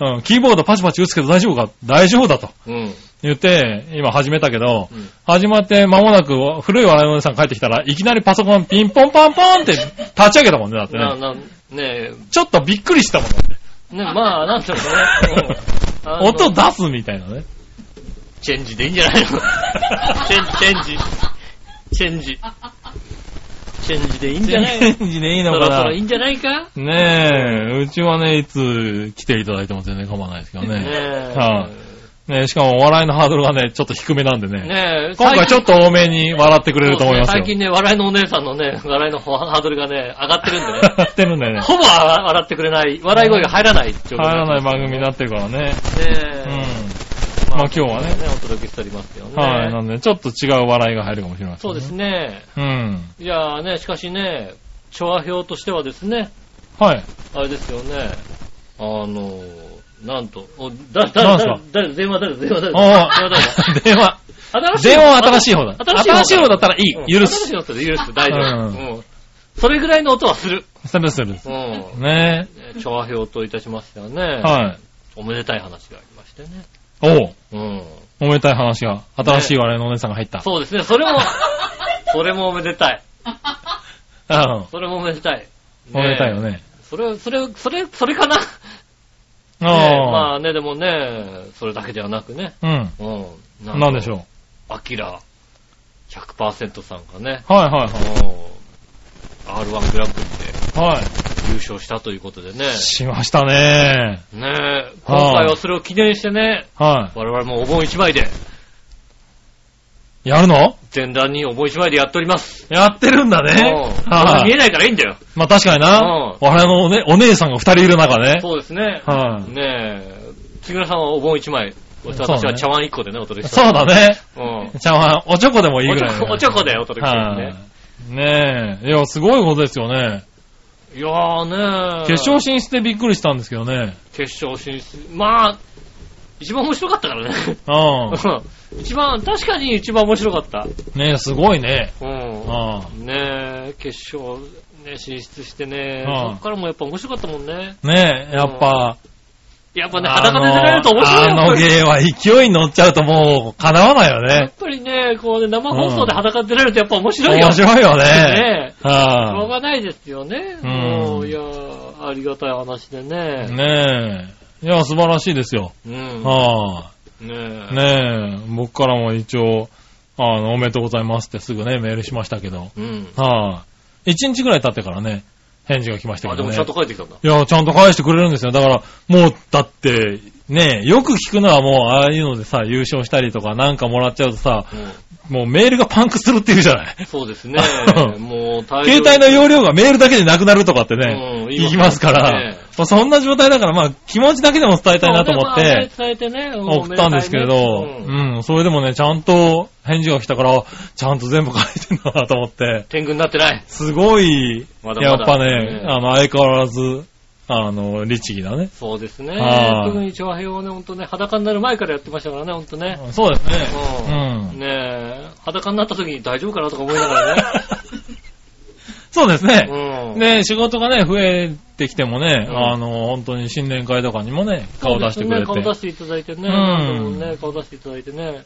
Speaker 3: うんキーボードパチパチ打つけど大丈夫か大丈夫だと
Speaker 2: うん。うん。
Speaker 3: 言って、今始めたけど、
Speaker 2: うん
Speaker 3: 始まって間もなく古い笑いのお姉さん帰ってきたらいきなりパソコンピンポンパンポンって立ち上げたもんね、だって
Speaker 2: な、
Speaker 3: ね。
Speaker 2: な、ねえ、
Speaker 3: ちょっとびっくりしたもんだって。
Speaker 2: ね、まあ、なんていうの ね。うんあの
Speaker 3: 音出すみたいなね。
Speaker 2: チェンジでいいんじゃないのチェンジ、チェンジ。チェンジ。チェンジでいいんじゃないの
Speaker 3: チェンジでいい
Speaker 2: そ
Speaker 3: の
Speaker 2: ろ
Speaker 3: か
Speaker 2: そ
Speaker 3: な
Speaker 2: ろいいんじゃないか
Speaker 3: ねえ、うちはね、いつ来ていただいても全然構わないですけど
Speaker 2: ね
Speaker 3: ね。
Speaker 2: え。
Speaker 3: はいねえ、しかもお笑いのハードルがね、ちょっと低めなんでね。
Speaker 2: ねえ、
Speaker 3: 今回ちょっと多めに笑ってくれると思います
Speaker 2: 最
Speaker 3: よ。
Speaker 2: 近ね、笑いのお姉さんのね、笑いのハードルがね、上がってるんでね。
Speaker 3: や ってるんだよね。
Speaker 2: ほぼ笑ってくれない、笑い声が入らないって
Speaker 3: 入
Speaker 2: こと
Speaker 3: らない番組に
Speaker 2: な
Speaker 3: なってるからね。
Speaker 2: って。ね
Speaker 3: う
Speaker 2: え
Speaker 3: ん。まあ今日はね。
Speaker 2: お届けしておりますよね。
Speaker 3: はい。なんで、ちょっと違う笑いが入るかもしれません。
Speaker 2: そうです。ね。
Speaker 3: うん。
Speaker 2: いやーね、しかしね、調和表としてはですね、
Speaker 3: はい。
Speaker 2: あれですよね。あの、なんと、お、だ、
Speaker 3: な
Speaker 2: だ、
Speaker 3: んす
Speaker 2: だ
Speaker 3: か、
Speaker 2: 誰だ、電話誰だ、電話誰
Speaker 3: お
Speaker 2: だ、電話誰
Speaker 3: ー電話。
Speaker 2: だ。
Speaker 3: 電話は新しい方だ。
Speaker 2: 新しい方
Speaker 3: 新しい方だったらいい。
Speaker 2: 新
Speaker 3: 許
Speaker 2: しい
Speaker 3: す。
Speaker 2: のだったら許す、大丈
Speaker 3: う
Speaker 2: 夫。うん。それぐらいの音はする。
Speaker 3: スルスル。
Speaker 2: うん。
Speaker 3: ね
Speaker 2: ね調和表といたしましてはね、
Speaker 3: え。はい。
Speaker 2: おめでたい話がありましてね。
Speaker 3: おう。
Speaker 2: う
Speaker 3: おめでたい話が、新しい笑いのお姉さんが入った
Speaker 2: ん。。そうですね、それ も、それもおめでたい。
Speaker 3: うん。
Speaker 2: それもおめでたい。
Speaker 3: おめでたいよ
Speaker 2: ね
Speaker 3: ね。
Speaker 2: え。それ、それ、それ、それかな。ねえ
Speaker 3: あ
Speaker 2: まあね、でもね、それだけではなくね。
Speaker 3: あ。うん。
Speaker 2: うん。
Speaker 3: なんでし
Speaker 2: ょう
Speaker 3: ょ
Speaker 2: アキラ100%さんがね、
Speaker 3: う。はいはい
Speaker 2: あの R1 グランプリで
Speaker 3: はい。は
Speaker 2: 優勝したということでね、
Speaker 3: い。しましたね。
Speaker 2: ねえ、今回はそれを記念してね、
Speaker 3: は
Speaker 2: 我々もお盆一枚で、
Speaker 3: い。やるの
Speaker 2: 前段にお盆一枚でやっております。
Speaker 3: やってるんだ
Speaker 2: うん
Speaker 3: ね。
Speaker 2: まあ
Speaker 3: は
Speaker 2: 見え
Speaker 3: い。
Speaker 2: ないからいいんだよ。
Speaker 3: まあ確かにな。
Speaker 2: う
Speaker 3: 我々のおねお姉さんが二人いる中ね。
Speaker 2: そうですね。
Speaker 3: はい。
Speaker 2: ねえ、杉村さんはお盆一枚、
Speaker 3: う
Speaker 2: 私
Speaker 3: だ
Speaker 2: は
Speaker 3: ね
Speaker 2: 茶碗一個でね、お届けした。
Speaker 3: そうだね。
Speaker 2: うん。
Speaker 3: ちゃんおちょこでもいい
Speaker 2: お
Speaker 3: ぐ
Speaker 2: ち
Speaker 3: らい
Speaker 2: ょ
Speaker 3: の。
Speaker 2: こおちょこでお届けしてる
Speaker 3: は
Speaker 2: ね。
Speaker 3: い。ねえ。いや、すごいことですよね。
Speaker 2: いやーね
Speaker 3: 決勝進出でびっくりしたんですけどね。
Speaker 2: 決勝進出。まあ、一番面白かったからね。
Speaker 3: う
Speaker 2: うん 一番、確かに一番面白かった。
Speaker 3: ん。ねすごいね。
Speaker 2: うん。
Speaker 3: あ
Speaker 2: ねえ、決勝、ね、進出してね、
Speaker 3: うん
Speaker 2: そっからもやっぱ面白かったもんね。
Speaker 3: あ。ねえ、やっぱ。
Speaker 2: やっぱね、裸で出られると面白い
Speaker 3: あ
Speaker 2: よ
Speaker 3: のあの芸は勢いに乗っちゃうともう、叶わないよ
Speaker 2: やっ
Speaker 3: ね。
Speaker 2: ぱりね、こうね、生放送で裸で出られるとやっぱ面白いよ。
Speaker 3: 面白いよね。
Speaker 2: ねえ。しょう
Speaker 3: は
Speaker 2: がないですよね。
Speaker 3: うん
Speaker 2: もういやーありがたい話で
Speaker 3: あ。
Speaker 2: ね。
Speaker 3: ねえ。いや、素晴らしいですよ。
Speaker 2: うん。
Speaker 3: はあ。
Speaker 2: ねえ。
Speaker 3: ねえ、僕からも一応、あの、おめでとうございますってすぐね、メールしましたけど。
Speaker 2: うん。
Speaker 3: はい、一日ぐらい経ってからね、返事が来ました
Speaker 2: あ、
Speaker 3: け
Speaker 2: で
Speaker 3: ど
Speaker 2: も
Speaker 3: ね。
Speaker 2: ちゃんと書いてきたんだ。
Speaker 3: いや、ちゃんと返してくれるんですよ。だから、もう、だって、ねえ、よく聞くのはもう、ああいうのでさ、優勝したりとかなんかもらっちゃうとさ、
Speaker 2: うん
Speaker 3: もうメールがパンクするっていうじゃない。
Speaker 2: そうですね。もう大量
Speaker 3: 携帯の容量がメールだけでなくなるとかって
Speaker 2: う
Speaker 3: ね、
Speaker 2: ん
Speaker 3: 言いますから
Speaker 2: ね、
Speaker 3: まあそんな状態だから、まあ気持ちだけでも伝えたいなと思っ
Speaker 2: そうね
Speaker 3: て、
Speaker 2: まあ伝えてね、う
Speaker 3: 送ったんですけれど、
Speaker 2: うん
Speaker 3: うん、それでもね、ちゃんと返事が来たから、ちゃんと全部書いてんだなと思って、
Speaker 2: 天狗になってない。
Speaker 3: すごい、
Speaker 2: まだまだ
Speaker 3: やっぱね
Speaker 2: ね、
Speaker 3: あの、相変わらず、あの、律儀だね。
Speaker 2: そうですね
Speaker 3: は。い
Speaker 2: 特に長平をね、ほんとね、裸になる前からやってましたからね、ほんとね。
Speaker 3: そうですね。
Speaker 2: う。
Speaker 3: うんん。
Speaker 2: ねえ、裸になった時に大丈夫かなとか思いながらね。
Speaker 3: そうです ね。
Speaker 2: うん。
Speaker 3: ね、仕事がね、増えてきてもね、
Speaker 2: うん
Speaker 3: あの、本当に新年会とかにもね、顔出してくれて。
Speaker 2: そうですね顔出していただいてね。
Speaker 3: ん
Speaker 2: 何度もね、顔出していただいてね。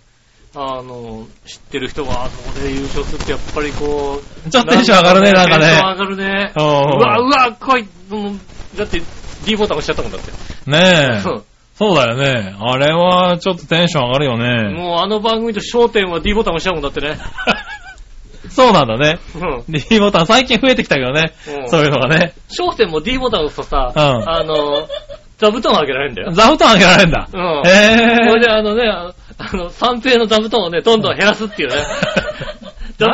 Speaker 2: あの、知ってる人が、あそこで優勝するって、やっぱりこう。
Speaker 3: ちょっとテンション上がるねなんかね
Speaker 2: テンション上がるね。
Speaker 3: う
Speaker 2: うんわ、うわ、来い。もうだって、D ボタン押しちゃったもんだって。
Speaker 3: ねえ。
Speaker 2: う
Speaker 3: そうだよね。あれは、ちょっとテンション上がるよ
Speaker 2: ん
Speaker 3: ね。
Speaker 2: もうあの番組と焦点は D ボタン押しちゃうもんだってね。
Speaker 3: そうなんだね。
Speaker 2: うん。
Speaker 3: D ボタン最近増えてきたけどね
Speaker 2: う。ん
Speaker 3: そういうのがね。
Speaker 2: 焦点も D ボタン押すとさ、
Speaker 3: うん
Speaker 2: あの、座布団をあげられるんだ よ。
Speaker 3: 座布団あげられるんだ。
Speaker 2: うんそれ
Speaker 3: え
Speaker 2: であのね、あのあの、三平の座布団をね、どんどん減らすっていうね。座布団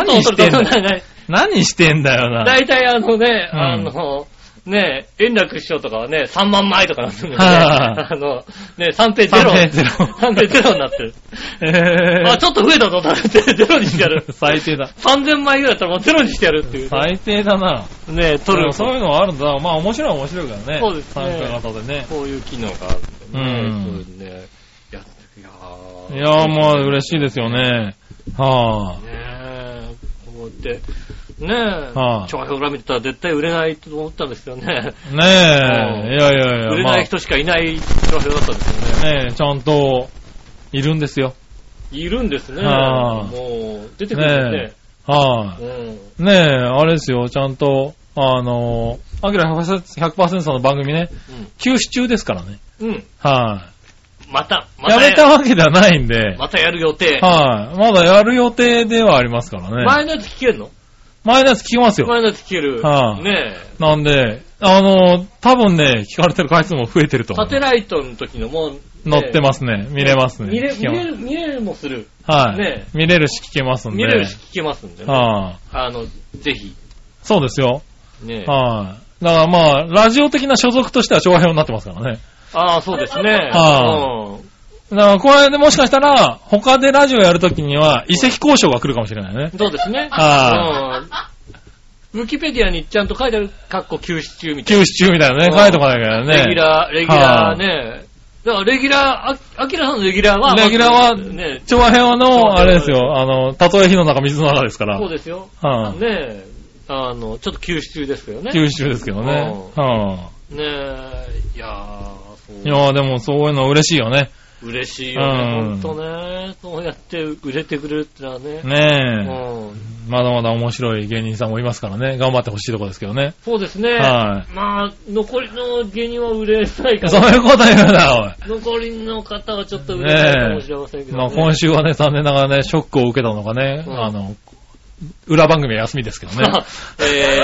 Speaker 2: を取ると、
Speaker 3: 何してん
Speaker 2: ね、
Speaker 3: ー、何してんだよな。
Speaker 2: 大体あのね、
Speaker 3: うん
Speaker 2: あの、ね、円楽師匠とかはね、3万枚とかなってるんで、ね、
Speaker 3: は
Speaker 2: あの、ね、三平ゼロ。
Speaker 3: 三平ゼロ
Speaker 2: 三平ゼロになってる。
Speaker 3: え。
Speaker 2: あ、ちょっと増えたぞ、だってゼロにしてやる
Speaker 3: 最低だ。
Speaker 2: 3000枚ぐらいだったらもうゼロにしてやるっていう。
Speaker 3: 最低だな。
Speaker 2: ね、
Speaker 3: そ
Speaker 2: 取る。
Speaker 3: そういうのはあるんだ。まあ面白いは面白いからね。
Speaker 2: そうです
Speaker 3: 参
Speaker 2: ね
Speaker 3: 加型でね。
Speaker 2: こういう機能があるんだよね。
Speaker 3: うん
Speaker 2: そうね。いや、いやー
Speaker 3: いやー、まあ嬉しいですよね。はぁ、
Speaker 2: ねえ、こうやって、ねえ、
Speaker 3: はい
Speaker 2: 長編裏見てたら絶対売れないと思ったんですよね。
Speaker 3: ねえ、いやいやいや、
Speaker 2: 売れない人しかいない長編だったんですよ
Speaker 3: ま
Speaker 2: ね。
Speaker 3: あ、ねえ、ちゃんと、いるんですよ。
Speaker 2: いるんですね。
Speaker 3: ああ
Speaker 2: もう、出てくるんで
Speaker 3: ねはい、
Speaker 2: すね。
Speaker 3: ねえ、あれですよ、ちゃんと、あの、アキラ100%さんの番組ね、休止中ですからね。
Speaker 2: うん。うん。
Speaker 3: は
Speaker 2: また、ま
Speaker 3: い、や
Speaker 2: た
Speaker 3: めたわけではないんで、はい、
Speaker 2: またやる予定。
Speaker 3: まだやる予定ではありますからね。
Speaker 2: 前のやつ聞けるの
Speaker 3: 前のやつ聞きますよ。
Speaker 2: 前のやつ聞ける。
Speaker 3: はい
Speaker 2: ね
Speaker 3: なんで、あの、多分ね、聞かれてる回数も増えてると
Speaker 2: え、
Speaker 3: 思
Speaker 2: サテ
Speaker 3: う。
Speaker 2: ライトの時のも、
Speaker 3: 載ってますね。見れます
Speaker 2: す
Speaker 3: ね。
Speaker 2: 見れ、
Speaker 3: 聞
Speaker 2: 見
Speaker 3: けま
Speaker 2: れ
Speaker 3: す
Speaker 2: る、見れるもする。
Speaker 3: はい、
Speaker 2: ね
Speaker 3: 見れるし聞けますんで。
Speaker 2: 見れるし聞けますんでね。
Speaker 3: はい、
Speaker 2: あの、ぜひ。
Speaker 3: そうですよ。
Speaker 2: ねえ。
Speaker 3: はい、だからまあ、ラジオ的な所属としては長編になってますからね。
Speaker 2: ああ、そうですね。
Speaker 3: は
Speaker 2: うん
Speaker 3: だから、これでもしかしたら、他でラジオやるときには、移籍交渉が来るかもしれないね。
Speaker 2: そうですね。
Speaker 3: は
Speaker 2: うんウィキペディアにちゃんと書いてある、かっこ休止中みたい
Speaker 3: 休
Speaker 2: な。
Speaker 3: 止中みたいなね、
Speaker 2: うん
Speaker 3: 書いとかなきゃね。
Speaker 2: レギュラー、レギュラーね。だから、レギュラー、あ、アキラさんのレギュラーは、
Speaker 3: レギュラーは
Speaker 2: ね、
Speaker 3: 長編
Speaker 2: そう
Speaker 3: の、あれですよ、あの、たとえ火の中、水の中ですから。
Speaker 2: そうですよ。
Speaker 3: は
Speaker 2: ね
Speaker 3: い
Speaker 2: え、あの、ちょっと休止中ですけどね。
Speaker 3: 休止中ですけどね。
Speaker 2: う
Speaker 3: は
Speaker 2: ねえ、いやー、そう
Speaker 3: いやーでもそういうの嬉しいよね。
Speaker 2: 嬉しいよね、
Speaker 3: うん
Speaker 2: ほんとね。そうやって売れてくれるってのはね。うん、
Speaker 3: ねえ。まだまだ面白い芸人さんもいますからね。頑張ってほしいとこですけどね。
Speaker 2: そうですね。
Speaker 3: は
Speaker 2: まあ、残りの芸人は売れないか
Speaker 3: い。そう
Speaker 2: ら、
Speaker 3: いうこと言うな、
Speaker 2: 残りの方はちょっと売れないかもしれません
Speaker 3: お
Speaker 2: け
Speaker 3: い。
Speaker 2: ど、
Speaker 3: ま
Speaker 2: ね。
Speaker 3: あ今週はね、残念ながらね、ショックを受けたのがね、
Speaker 2: うん
Speaker 3: あの、裏番組は休みですけどね。 はい、
Speaker 2: え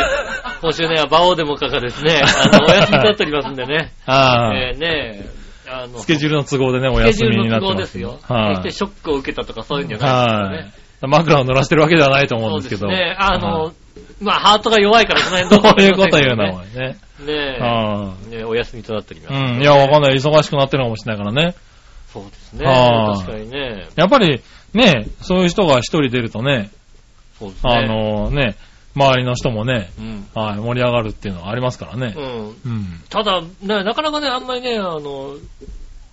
Speaker 2: ー、今週ね、馬王でもかかですね、あの、お休みになっておりますんでね。えー、ねえ、あの、
Speaker 3: スケジュールの都合でね、お
Speaker 2: スケジ
Speaker 3: 休
Speaker 2: ュー
Speaker 3: み
Speaker 2: ル
Speaker 3: にな
Speaker 2: の都合
Speaker 3: ってま
Speaker 2: ですす
Speaker 3: けど
Speaker 2: よ。決し
Speaker 3: は
Speaker 2: て
Speaker 3: い。
Speaker 2: ショックを受けたとかそういうんじゃない
Speaker 3: は
Speaker 2: ですよね。
Speaker 3: い。枕を濡らしてるわけではないと思
Speaker 2: そううん
Speaker 3: で
Speaker 2: で
Speaker 3: すけ
Speaker 2: す
Speaker 3: ど。
Speaker 2: ね。あの
Speaker 3: は、
Speaker 2: まあ、ハートが弱いからその
Speaker 3: い、
Speaker 2: 辺
Speaker 3: ど
Speaker 2: ど
Speaker 3: ういうこと言うな、お
Speaker 2: ね
Speaker 3: 前ね。
Speaker 2: ね
Speaker 3: は
Speaker 2: え、ねえお休みとなっておりま
Speaker 3: い。う
Speaker 2: す。
Speaker 3: ん。いや、わかんない。忙しくなってるかもしれないからね。
Speaker 2: そうですね。
Speaker 3: はい
Speaker 2: 確かにね。
Speaker 3: やっぱり、ね、そういう人が一人出るとね、
Speaker 2: そうですね。
Speaker 3: あのね、周りの人もね、
Speaker 2: うん。
Speaker 3: はい、盛り上がるっていうのはありますからね。
Speaker 2: うん。
Speaker 3: うん。
Speaker 2: ただ、ね、なかなかね、あんまりね、あの、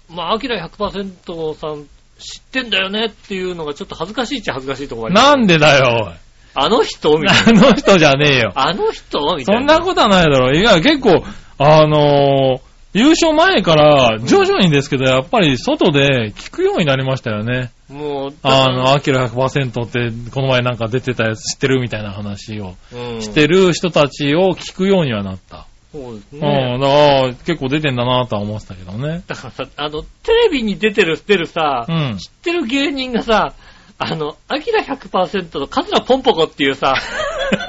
Speaker 2: まあ、アキラ100%さん知ってんだよねっていうのがちょっと恥ずかしいっちゃ恥ずかしいところがあ
Speaker 3: な
Speaker 2: り
Speaker 3: ん
Speaker 2: ます
Speaker 3: でだよ、
Speaker 2: あの人
Speaker 3: お
Speaker 2: み
Speaker 3: い
Speaker 2: た い
Speaker 3: あ
Speaker 2: な。
Speaker 3: の人じゃねえ よ。
Speaker 2: あの人みた
Speaker 3: そ
Speaker 2: い
Speaker 3: ん
Speaker 2: な。
Speaker 3: なことはないだろう。いや、結構、あのー優勝前から、徐々にですけど、やっぱり外で聞くようになりましたよね。
Speaker 2: もう、
Speaker 3: あの、アキラ100%って、この前なんか出てたやつ知ってるみたいな話を、
Speaker 2: の、
Speaker 3: し
Speaker 2: る。
Speaker 3: てる人たちを聞くようにはなった。
Speaker 2: そうです
Speaker 3: う
Speaker 2: ね。
Speaker 3: ん、だから結構出てんだなとは思ってたけどね。
Speaker 2: だからさ、あの、テレビに出てる、出てるさ、
Speaker 3: うん。
Speaker 2: 知ってる芸人がさ、あの、アキラ100%のカズラポンポコっていう さ、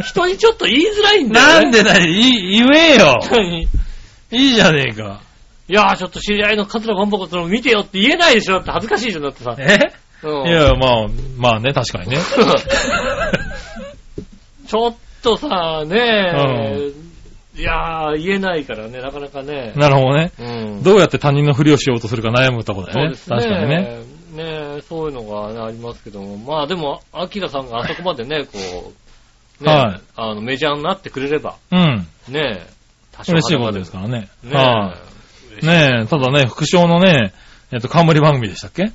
Speaker 2: 人にちょっと言いづらいんだよ、ね。
Speaker 3: だよ、い言えよ
Speaker 2: 何
Speaker 3: いいじゃねえ か。
Speaker 2: いやー、ちょっと知り合いのカズラポンポコってのを見てよって言えないでしょだって恥ずかしいじゃん、だってさ。
Speaker 3: え
Speaker 2: うん
Speaker 3: いや、まあ、まあね、確かにね。
Speaker 2: ちょっとさ、ね
Speaker 3: う
Speaker 2: え、いやー、言えないからね、なかなかね。
Speaker 3: なるほどね。
Speaker 2: うん
Speaker 3: どうやって他人のふりをしようとするか悩むとこだ
Speaker 2: そう
Speaker 3: よ
Speaker 2: で
Speaker 3: ね。
Speaker 2: すね。
Speaker 3: 確かにね。。
Speaker 2: ねえそういうのがね、ありますけども。まあでも、アキラさんがあそこまで ね、こう、ね、
Speaker 3: はい
Speaker 2: あの、メジャーになってくれれば、
Speaker 3: うん。
Speaker 2: ねえ、多
Speaker 3: 嬉しいことですからね。
Speaker 2: ねえ
Speaker 3: は
Speaker 2: 嬉
Speaker 3: い。
Speaker 2: しい
Speaker 3: ねえ、ただね、副賞のね、えっと、冠番組でしたっけ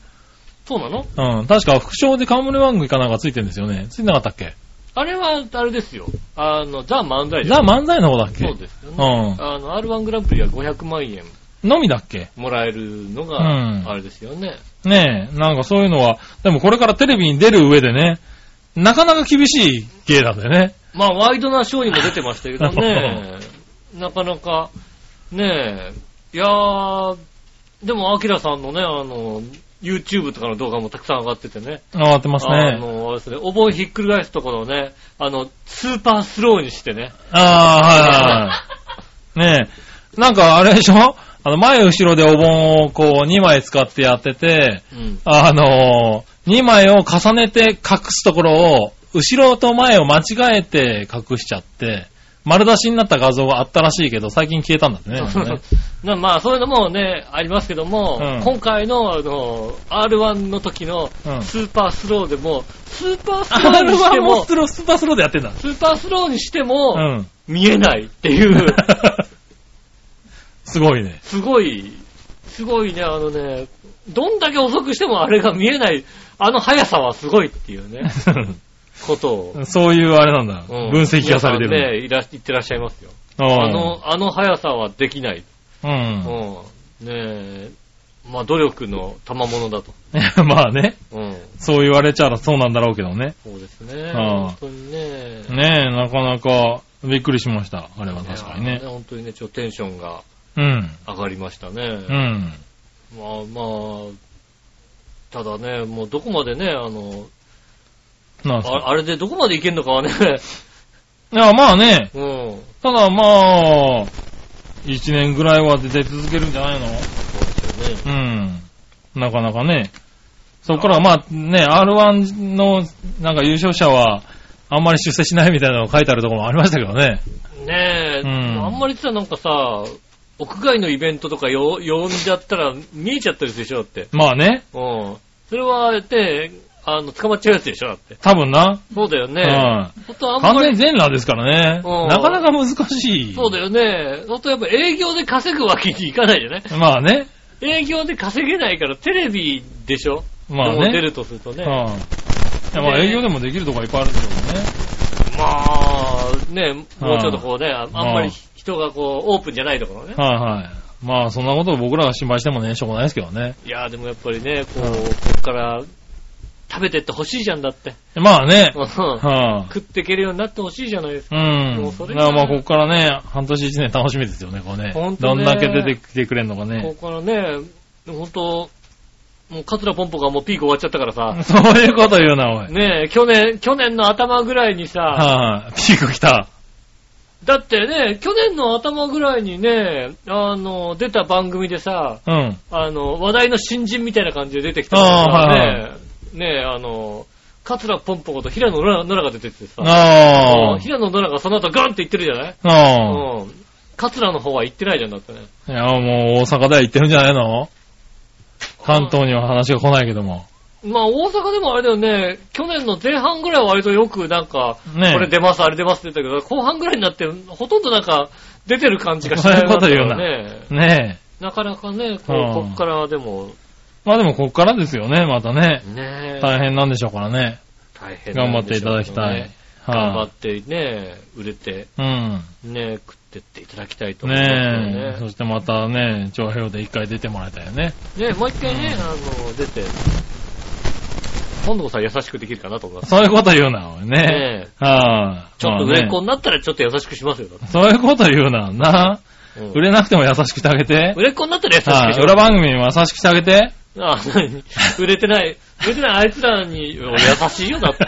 Speaker 2: そうなの
Speaker 3: うん。確か副賞で冠番組かなんかついてるんですよね。ついてなかったっけ
Speaker 2: あれは、あれですよ。あの、ザ・漫才です
Speaker 3: ザ・漫才の方だっけ
Speaker 2: そうですよね。
Speaker 3: うん。
Speaker 2: あの、R1 グランプリは500万円
Speaker 3: のみだっけ
Speaker 2: もらえるの
Speaker 3: うん
Speaker 2: が、あれですよね。
Speaker 3: ねえ、なんかそういうのは、でもこれからテレビに出る上でね、なかなか厳しい芸なんだよね。
Speaker 2: まあ、ワイドなショーにも出てましたけど ね。なかなか、ねえ。いやー、でも、アキラさんのね、あの、YouTube とかの動画もたくさん上がっててね。
Speaker 3: 上がってます
Speaker 2: あ
Speaker 3: ね。
Speaker 2: の、あれですね、お盆ひっくり返すところをね、あの、スーパースローにしてね。
Speaker 3: ああ、はいはい。ねえ、なんかあれでしょあの、前後ろでお盆をこう2枚使ってやってて、
Speaker 2: うん。
Speaker 3: あの2枚を重ねて隠すところを、後ろと前を間違えて隠しちゃって、丸出しになった画像があったらしいけど、最近消えたんだってね。なんかね
Speaker 2: なまあ、そういうのもね、ありますけども、
Speaker 3: うん
Speaker 2: 今回の、あの、R1 の時の
Speaker 3: うん
Speaker 2: スーパースローでも、スーパースローにして
Speaker 3: R1 も
Speaker 2: も
Speaker 3: ス、ロースーパースローでやってんだ。
Speaker 2: スーパースローにしても、
Speaker 3: うん。
Speaker 2: 見えないっていう、
Speaker 3: すごいね。
Speaker 2: すごい、すごいね、あのね、どんだけ遅くしてもあれが見えない、あの速さはすごいっていう ね、ことを。
Speaker 3: そういうあれなんだ。
Speaker 2: うん
Speaker 3: 分析がされて
Speaker 2: 皆
Speaker 3: る。
Speaker 2: んね、いら言ってらっしゃいますよ。
Speaker 3: あ
Speaker 2: あの、あの速さはできない。
Speaker 3: うん
Speaker 2: うん。。ねえ、まあ努力の賜物だと。
Speaker 3: まあね、
Speaker 2: うん。
Speaker 3: そう言われちゃらそうなんだろうけどね。
Speaker 2: そうですね。
Speaker 3: ああ
Speaker 2: 本当にね。
Speaker 3: ねえ、なかなかびっくりしました。あれは確かに
Speaker 2: いや
Speaker 3: ね。
Speaker 2: 本当にね、ちょっとテンションが
Speaker 3: うん。
Speaker 2: 上がりましたね。
Speaker 3: うん。
Speaker 2: まあまあ、ただね、もうどこまでね、あの、
Speaker 3: なんすか。
Speaker 2: ああれでどこまでいけんのかはね、
Speaker 3: いや、まあね、
Speaker 2: うん。
Speaker 3: ただまあ、一年ぐらいは出て続けるんじゃないの
Speaker 2: そうですよね。
Speaker 3: うん。なかなかね。そこから、まあね、R1 のなんか優勝者は、あんまり出世しないみたいなのが書いてあるところもありましたけどね。
Speaker 2: ねえ、
Speaker 3: うん
Speaker 2: あんまりさ、なんかさ、屋外のイベントとかよ呼んじゃったら見えちゃったりするでしょ、だって。
Speaker 3: まあね、
Speaker 2: うん。それは、で、あの、捕まっちゃうやつでしょ、だって。
Speaker 3: 多分な。
Speaker 2: そうだよね。
Speaker 3: う
Speaker 2: 本当あ
Speaker 3: ん。
Speaker 2: ん
Speaker 3: 完
Speaker 2: ま
Speaker 3: 全
Speaker 2: り、
Speaker 3: 全裸ですからね。
Speaker 2: うん
Speaker 3: なかなか難しい。
Speaker 2: そうだよね。本当やっぱ営業で稼ぐわけにいかないよね。
Speaker 3: まあね。
Speaker 2: 営業で稼げないからテレビでしょ
Speaker 3: まあ
Speaker 2: でも出
Speaker 3: ね。
Speaker 2: るとすると
Speaker 3: うん。
Speaker 2: ね。
Speaker 3: いやまあ
Speaker 2: ね
Speaker 3: 営業でもできるとこはいっぱいあるんでしょうね。
Speaker 2: まあ、ね、もうちょっとこうね、ああんまり人がこう、オープンじゃないところね。
Speaker 3: はいはい。まあそんなことを僕らが心配してもね、しょうがないですけどね。
Speaker 2: いやーでもやっぱりね、こう、
Speaker 3: うん
Speaker 2: こっから食べてってほしいじゃんだって。
Speaker 3: まあね。
Speaker 2: うん
Speaker 3: はあ。
Speaker 2: 食っていけるようになってほしいじゃないですか。
Speaker 3: うん。
Speaker 2: もう
Speaker 3: だ
Speaker 2: そ
Speaker 3: か
Speaker 2: れ
Speaker 3: らまあここからね、半年一年楽しみですよね、こうね。
Speaker 2: ほんとね
Speaker 3: どんだけ出てきてくれんのか
Speaker 2: こ
Speaker 3: ね。
Speaker 2: こからね、ほんと、もうカツラポンポがもうピーク終わっちゃったからさ、
Speaker 3: そういうこと言うな、おい。
Speaker 2: ねえ、去年、去年の頭ぐらいにさ、
Speaker 3: はいはい。ピーク来た。
Speaker 2: だってね、去年の頭ぐらいにね、あの、出た番組でさ、
Speaker 3: うん。
Speaker 2: あの、話題の新人みたいな感じで出てきた
Speaker 3: あ
Speaker 2: からさ、ねえ、ねえ、あの、カツラポンポこと平野ノラノラが出ててさ、
Speaker 3: ああ。
Speaker 2: 平野ノラがその後ガンって言ってるじゃない
Speaker 3: ああ。
Speaker 2: うん。カツラの方は行ってないじゃんだってね。
Speaker 3: いや、もう大阪では行ってるんじゃないの関東には話が来ないけども。
Speaker 2: まあ大阪でもあれだよね、去年の前半ぐらいは割とよくなんか、
Speaker 3: ねえ
Speaker 2: これ出ます、あれ出ますって言ったけど、後半ぐらいになって、ほとんどなんか出てる感じがし
Speaker 3: そう
Speaker 2: ないいう
Speaker 3: こと言うな
Speaker 2: ね。
Speaker 3: ねえ。
Speaker 2: なかなかね、こ
Speaker 3: うん
Speaker 2: う、こっからでも、
Speaker 3: まあでもこっからですよね、またね。
Speaker 2: ね
Speaker 3: 大変なんでしょうからね。
Speaker 2: 大変な
Speaker 3: 頑張
Speaker 2: ん
Speaker 3: って
Speaker 2: で
Speaker 3: い
Speaker 2: したょう
Speaker 3: だ
Speaker 2: け
Speaker 3: き
Speaker 2: ど
Speaker 3: た
Speaker 2: ね
Speaker 3: い。
Speaker 2: 頑張
Speaker 3: は
Speaker 2: ってね、売れて、
Speaker 3: い。うん。
Speaker 2: ね、食ってっていただきたいと思いますよ
Speaker 3: ねえ。
Speaker 2: ね
Speaker 3: そ。してまたね、長平で一回出てもらいたいよね。
Speaker 2: ね、もう一回ね、あの、出て、今度こそ優しくできるかなと思います。
Speaker 3: そういうこと言うな、おいね。
Speaker 2: ね
Speaker 3: はい、
Speaker 2: ちょっと
Speaker 3: まあ
Speaker 2: 売れっ
Speaker 3: ね
Speaker 2: 子になったらちょっと優しくしますよ。だって
Speaker 3: そういうこと言うな、な。
Speaker 2: うん
Speaker 3: 売れなくても優しくしてあげて。
Speaker 2: 売れっ子になったら優しくし
Speaker 3: は
Speaker 2: ま
Speaker 3: い、
Speaker 2: すよ
Speaker 3: 裏番組にも優しくしてあげて。
Speaker 2: ああ、何 売れてない、売れてないあいつらに優しいよ、だって。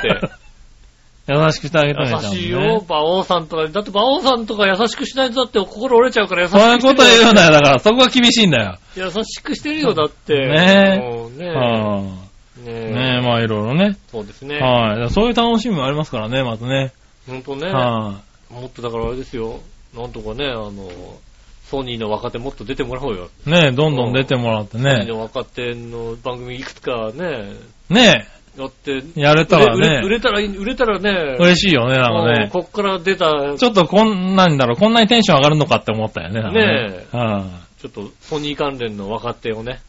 Speaker 3: 優しくしてあげてね。
Speaker 2: 優しい
Speaker 3: ちゃんと
Speaker 2: よ、
Speaker 3: ね
Speaker 2: 馬王さんとか。だって馬王さんとか優しくしないとだって心折れちゃうから優しく
Speaker 3: そういう
Speaker 2: して
Speaker 3: こと言う
Speaker 2: る
Speaker 3: なよ、だから。そこが厳しいんだよ。
Speaker 2: よ。優しくしてるよ、だって。
Speaker 3: ねえ
Speaker 2: もうね
Speaker 3: は
Speaker 2: ね
Speaker 3: い
Speaker 2: え
Speaker 3: ねえ、まあいろいろね。
Speaker 2: そうですね。
Speaker 3: はい。だからそういう楽しみもありますからね、まずね。
Speaker 2: ほんとね、
Speaker 3: は
Speaker 2: もっとだからあれですよ。なんとかね、あの、ソニーの若手もっと出てもらおうよ。
Speaker 3: い。ねえ、どんどん出てもらって
Speaker 2: ソニー
Speaker 3: ね。
Speaker 2: の若手の番組いくつかね、
Speaker 3: ね
Speaker 2: やって、売
Speaker 3: え、やれた
Speaker 2: れ
Speaker 3: ら
Speaker 2: 売れ売
Speaker 3: ね、
Speaker 2: れたらいい、売れたらね、
Speaker 3: 嬉しいよね、なんか
Speaker 2: うん
Speaker 3: ね。
Speaker 2: こっから出た
Speaker 3: ちょっとこんなんだろう、こんなにテンション上がるのかって思ったよね、なんか
Speaker 2: ね
Speaker 3: ね。は
Speaker 2: ちょっとソニー関連の若手をね、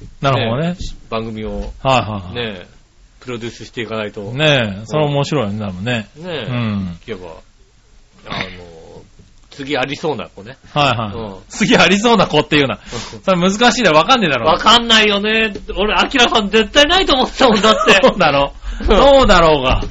Speaker 3: い。なるほどね。
Speaker 2: 番組を
Speaker 3: はいはい
Speaker 2: ね、プロデュースしていかないと、
Speaker 3: はい。
Speaker 2: ね
Speaker 3: ねえ、それ面白いよね、多分ね。
Speaker 2: え、
Speaker 3: うん。
Speaker 2: 聞けば、あの、次ありそうな子ね。
Speaker 3: はいうは
Speaker 2: ん
Speaker 3: い。次ありそうな子っていうな。それ難しいでわかんねえだろ。
Speaker 2: わかんないよね。俺、アキラさん絶対ないと思ってたもんだって。
Speaker 3: そうだろう。 そうだろうが。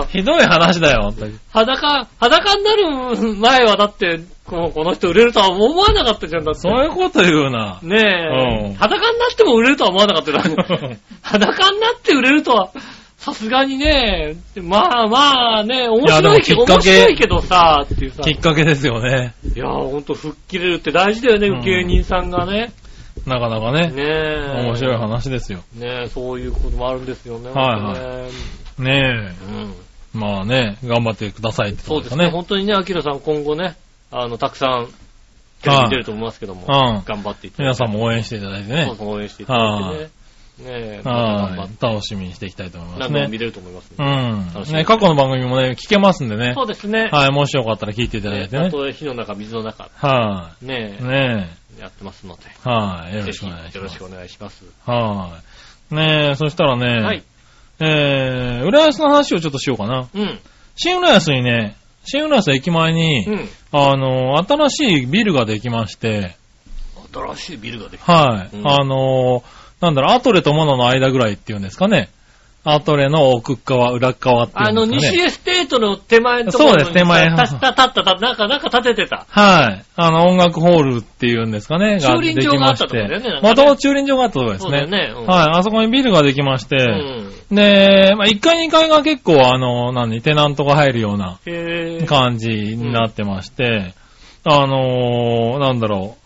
Speaker 2: うん
Speaker 3: ひどい話だよ、本当に。
Speaker 2: 裸、裸になる前はだって、こうこの人売れるとは思わなかったじゃん、だって。
Speaker 3: そういうこと言うな。
Speaker 2: ねえ、
Speaker 3: うん
Speaker 2: 裸になっても売れるとは思わなかったよ。 裸になって売れるとは、さすがにね、まあまあね、面
Speaker 3: やで
Speaker 2: 白い
Speaker 3: も
Speaker 2: けど、
Speaker 3: きっか
Speaker 2: 面
Speaker 3: け
Speaker 2: 白いけどさ、っていうさ。
Speaker 3: きっかけですよね。
Speaker 2: いやーほんと、吹っ切れるって大事だよね、
Speaker 3: うん
Speaker 2: 芸人さんがね。
Speaker 3: なかなか
Speaker 2: ね
Speaker 3: ね。
Speaker 2: え。
Speaker 3: 面白い。話ですよ。
Speaker 2: ねえ、そういうこともあるんですよね。
Speaker 3: はい
Speaker 2: 本当ね
Speaker 3: ね
Speaker 2: うん
Speaker 3: え。まあね、頑張ってくださいって
Speaker 2: そ
Speaker 3: こ
Speaker 2: うで
Speaker 3: とですす
Speaker 2: ね、
Speaker 3: ね。
Speaker 2: 本当にね、アキラさん今後ね、あの、たくさん、テレビに出ると思いますけども、
Speaker 3: うん
Speaker 2: 頑張っていただい
Speaker 3: 皆
Speaker 2: て、
Speaker 3: さんも応援していただいて
Speaker 2: そう
Speaker 3: ね。
Speaker 2: そう応援していただいてね。ねえ、また頑張
Speaker 3: は
Speaker 2: って
Speaker 3: い。楽しみにしていきたいと思い
Speaker 2: 何
Speaker 3: ます
Speaker 2: 度も
Speaker 3: ね
Speaker 2: 見。れると思いますん
Speaker 3: う
Speaker 2: で、楽し
Speaker 3: ん。
Speaker 2: み
Speaker 3: ね、過去の番組もね、聞けますんでね
Speaker 2: そ。うですね。
Speaker 3: はい、もしよかったら聞いていただいて
Speaker 2: ねあ
Speaker 3: ね。
Speaker 2: と、火の中、水の中、
Speaker 3: は
Speaker 2: ね
Speaker 3: い。ね
Speaker 2: え、やってますので、
Speaker 3: え。はい。よろ
Speaker 2: ぜ
Speaker 3: し
Speaker 2: ひ、
Speaker 3: くお願いし
Speaker 2: よろ
Speaker 3: ま
Speaker 2: し
Speaker 3: す
Speaker 2: く。お願いします。
Speaker 3: はい。ねえ、そしたらね、
Speaker 2: はい。
Speaker 3: えー、浦安の話をちょっとしようかな。
Speaker 2: うん。
Speaker 3: 新浦安にね、新浦安駅前に、
Speaker 2: うん。
Speaker 3: あの、新しいビルができまして、
Speaker 2: 新しいビルができた。
Speaker 3: はい。
Speaker 2: うん
Speaker 3: あの、なんだろう、アトレとモノの間ぐらいっていうんですかね。アトレの奥っ側、裏っ側ってい
Speaker 2: あ
Speaker 3: う
Speaker 2: の、
Speaker 3: んですか
Speaker 2: 西
Speaker 3: ね。
Speaker 2: エステートの手前のところ
Speaker 3: そうです手前
Speaker 2: たたたった、た、なんか、なんか建ててた。
Speaker 3: はい。あの、音楽ホールっていうんですかね。
Speaker 2: 駐輪場があったとこだよね
Speaker 3: できま
Speaker 2: な
Speaker 3: して
Speaker 2: んかね
Speaker 3: もともと駐輪場があったところです
Speaker 2: そうだよ
Speaker 3: ね。
Speaker 2: ね。うん
Speaker 3: はい。あそこにビルができまし
Speaker 2: う
Speaker 3: て、
Speaker 2: ん。
Speaker 3: で、まあ、1階2階が結構、あの、何、テナントが入るような
Speaker 2: へぇ
Speaker 3: 感じになってまして、あのーなんだろう、